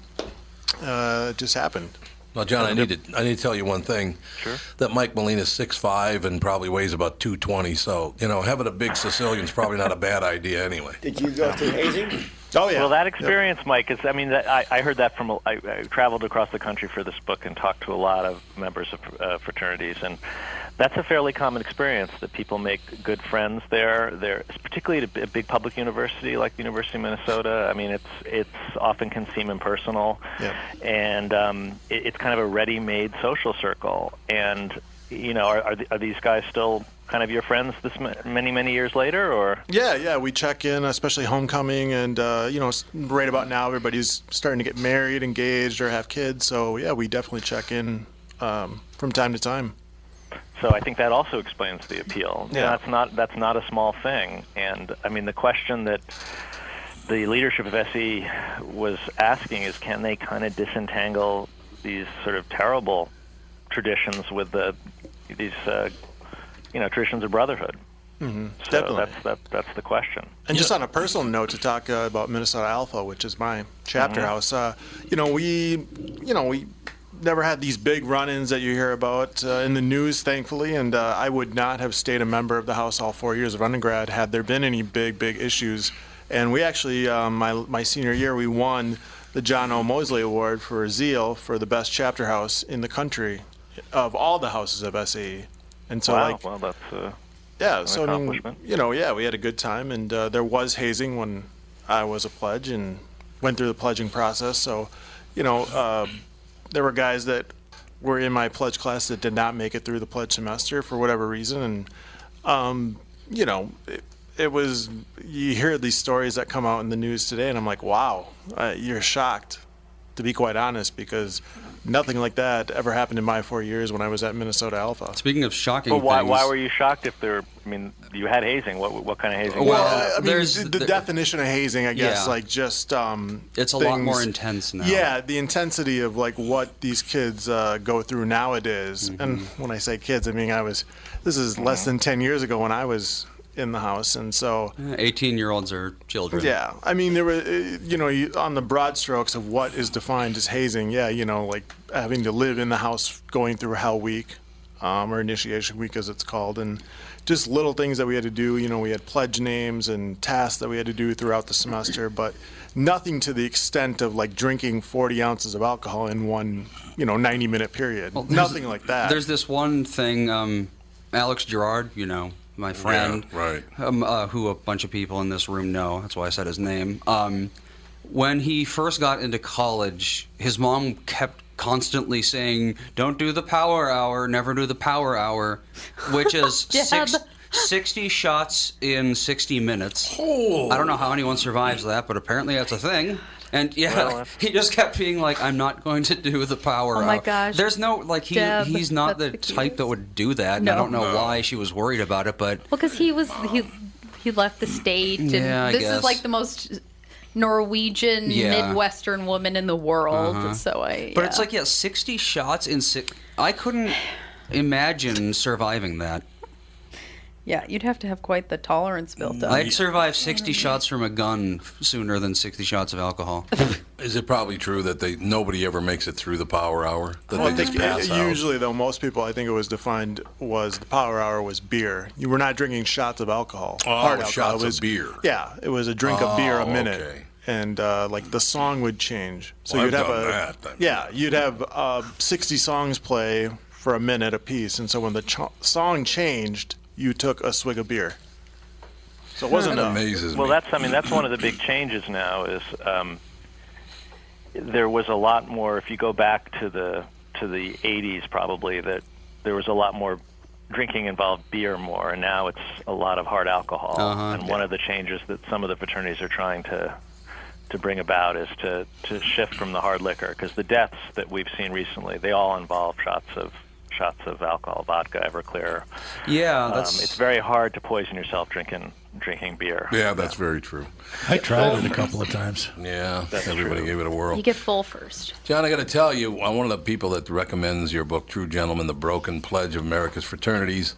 S7: uh, E, it just happened.
S1: Well, John, I need to I need to tell you one thing.
S11: Sure.
S1: That Mike Molina's six five and probably weighs about two twenty. So you know, having a big Sicilian's probably not a bad idea anyway.
S8: Did you go through hazing?
S7: Oh yeah.
S11: Well, that experience, Mike, is. I mean, that, I, I heard that from. I, I traveled across the country for this book and talked to a lot of members of uh, fraternities, and that's a fairly common experience that people make good friends there. There, particularly at a b- a big public university like the University of Minnesota. I mean, it's it's often can seem impersonal, and um, it, it's kind of a ready-made social circle. And you know, are are, the, are these guys still kind of your friends this ma- many many years later, or?
S7: Yeah, yeah, we check in, especially homecoming, and uh, you know, s- right about now, everybody's starting to get married, engaged, or have kids. So yeah, we definitely check in um, from time to time.
S11: So I think that also explains the appeal.
S7: Yeah.
S11: That's not that's not a small thing. And I mean the question that the leadership of SE was asking is can they kind of disentangle these sort of terrible traditions with the these uh, you know traditions of brotherhood.
S7: hmm
S11: So
S7: definitely.
S11: that's that, that's the question.
S7: And just on a personal note, to talk uh, about Minnesota Alpha, which is my chapter
S11: Mhm.
S7: house. Uh, you know, we, you know, we never had these big run-ins that you hear about uh, in the news, thankfully. And uh, I would not have stayed a member of the house all four years of undergrad had there been any big, big issues. And we actually, um, my my senior year, we won the John O. Mosley Award for zeal for the best chapter house in the country of all the houses of SAE. And so,
S11: wow,
S7: like,
S11: well that's uh,
S7: yeah,
S11: an
S7: so I mean,
S11: accomplishment.
S7: you know, yeah, we had a good time, and uh, there was hazing when I was a pledge and went through the pledging process. So, you know, uh, there were guys that were in my pledge class that did not make it through the pledge semester for whatever reason, and um, you know, it, it was you hear these stories that come out in the news today, and I'm like, wow, uh, you're shocked, to be quite honest, because nothing like that ever happened in my four years when I was at Minnesota Alpha.
S3: Speaking of shocking
S11: But why
S3: things,
S11: why were you shocked if there? I mean, you had hazing. What what kind of hazing?
S7: Well, I- I mean, the, the definition of hazing, I guess,
S3: Yeah.
S7: like just um,
S3: It's a lot more
S7: things-
S3: intense now.
S7: Yeah, the intensity of like what these kids uh, go through nowadays,
S3: Mm-hmm.
S7: and when I say kids, I mean I was. This is less than ten years ago when I was in the house, and so.
S3: 18 year olds are children.
S7: Yeah, I mean, there were, uh, you know, you, on the broad strokes of what is defined as hazing. Yeah, you know, like having to live in the house, going through Hell Week, um, or Initiation Week, as it's called, and just little things that we had to do. You know, we had pledge names and tasks that we had to do throughout the semester, but nothing to the extent of like drinking 40 ounces of alcohol in one, you know, 90 minute period. nothing like that.
S3: There's this one thing, um, Alex Gerard, you know, my friend,
S1: right?
S3: Um, uh, who a bunch of people in this room know. That's why I said his name. Um, when he first got into college, his mom kept constantly saying, "Don't do the power hour. Never do the power hour," which is six,
S9: Deb.
S3: 60 shots in 60 minutes.
S9: Oh.
S3: I don't know how anyone survives that, but apparently that's a thing. And yeah,
S9: Well, that's-
S3: he just kept being like, "I'm not going to do the power
S9: Oh
S3: hour."
S9: my gosh.
S3: There's no like he
S9: Deb,
S3: he's not the, type that would do that. and I
S9: No.
S3: don't know why she was worried about it, but
S6: Well, because he was he he left the state, and
S3: Yeah, I
S6: this
S3: guess.
S6: is like the most Norwegian
S3: Yeah.
S6: Midwestern woman in the world.
S3: Uh-huh.
S6: So I.
S3: but it's
S6: yeah.
S3: like yeah, 60 shots in six. I couldn't imagine surviving that.
S6: yeah, you'd have to have quite the tolerance built up.
S3: I'd survive 60 shots from a gun f- sooner than 60 shots of alcohol.
S1: Is it probably true that they nobody ever makes it through the power hour? That
S7: Well, I
S1: they just
S7: think
S1: pass
S7: u-
S1: out.
S7: usually, though, most people, I think it was defined was the power hour was beer. You were not drinking shots of alcohol.
S1: Oh,
S7: hard alcohol.
S1: shots
S7: It
S1: of
S7: was,
S1: beer.
S7: Yeah, it was a drink of beer a
S1: Oh,
S7: minute,
S1: okay.
S7: and uh, like the song would change. So
S1: Well,
S7: you'd
S1: I've
S7: have
S1: done
S7: a
S1: that, I mean.
S7: yeah, you'd have uh, sixty songs play for a minute apiece, and so when the ch- song changed, you took a swig of beer. So it wasn't a-
S11: well that's i mean that's one of the big changes now is um, there was a lot more if you go back to the to the 80s probably that there was a lot more drinking involved beer more and now it's a lot of hard alcohol
S3: Uh-huh.
S11: and one of the changes that some of the fraternities are trying to to bring about is to to shift from the hard liquor because the deaths that we've seen recently they all involve shots of shots of alcohol vodka everclear
S3: Yeah,
S11: um,
S3: that's
S11: it's very hard to poison yourself drinking drinking beer
S1: Yeah, that's very true.
S4: I tried it a couple of times.
S1: Yeah, everybody gave it a whirl.
S6: you get full first.
S1: John, I got to tell you, I'm one of the people that recommends your book, True Gentlemen, The Broken Pledge of America's Fraternities.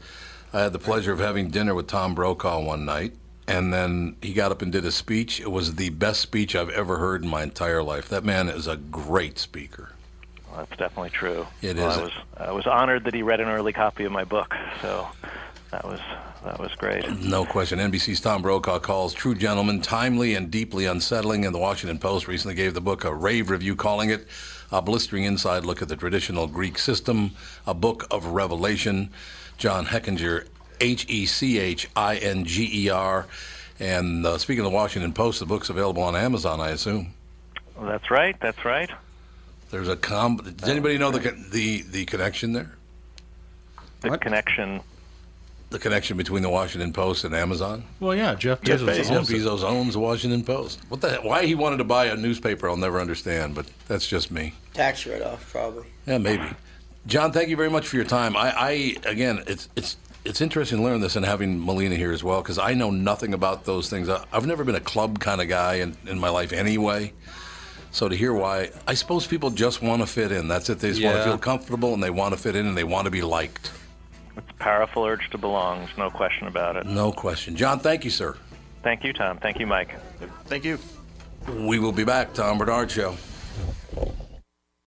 S1: I had the pleasure of having dinner with Tom Brokaw one night, and then he got up and did a speech. It was the best speech I've ever heard in my entire life. That man is a great speaker.
S11: That's definitely true.
S1: It
S11: Well,
S1: is.
S11: I was I was honored that he read an early copy of my book, so that was that was great.
S1: No question. NBC's Tom Brokaw calls True Gentleman timely and deeply unsettling, and the Washington Post recently gave the book a rave review, calling it a blistering inside look at the traditional Greek system, a book of revelation. John Heckinger, H E C H I N G E R. And uh, speaking of the Washington Post, the book's available on Amazon, I assume.
S11: Well, that's right. That's right.
S1: There's a com. Does anybody know the con- the the connection there?
S11: The connection.
S1: The connection between the Washington Post and Amazon.
S4: Well, yeah, Jeff
S1: Jeff
S4: Bezos.
S1: Bezos,
S4: owns it.
S1: Bezos owns the Washington Post. What the heck? Why he wanted to buy a newspaper, I'll never understand, but that's just me.
S8: Tax write off, probably.
S1: Yeah, maybe. John, thank you very much for your time. I, I again, it's it's it's interesting to learn this and having Melina here as well because I know nothing about those things. I, I've never been a club kind of guy in, in my life anyway. So to hear why, I suppose people just want to fit in. That's it. They just want
S11: Yeah.
S1: to feel comfortable and they want to fit in and they want to be liked.
S11: It's a powerful urge to belong. There's no question about it.
S1: No question. John, thank you, sir.
S11: Thank you, Tom. Thank you, Mike.
S7: Thank you.
S1: We will be back. Tom Bernard Show.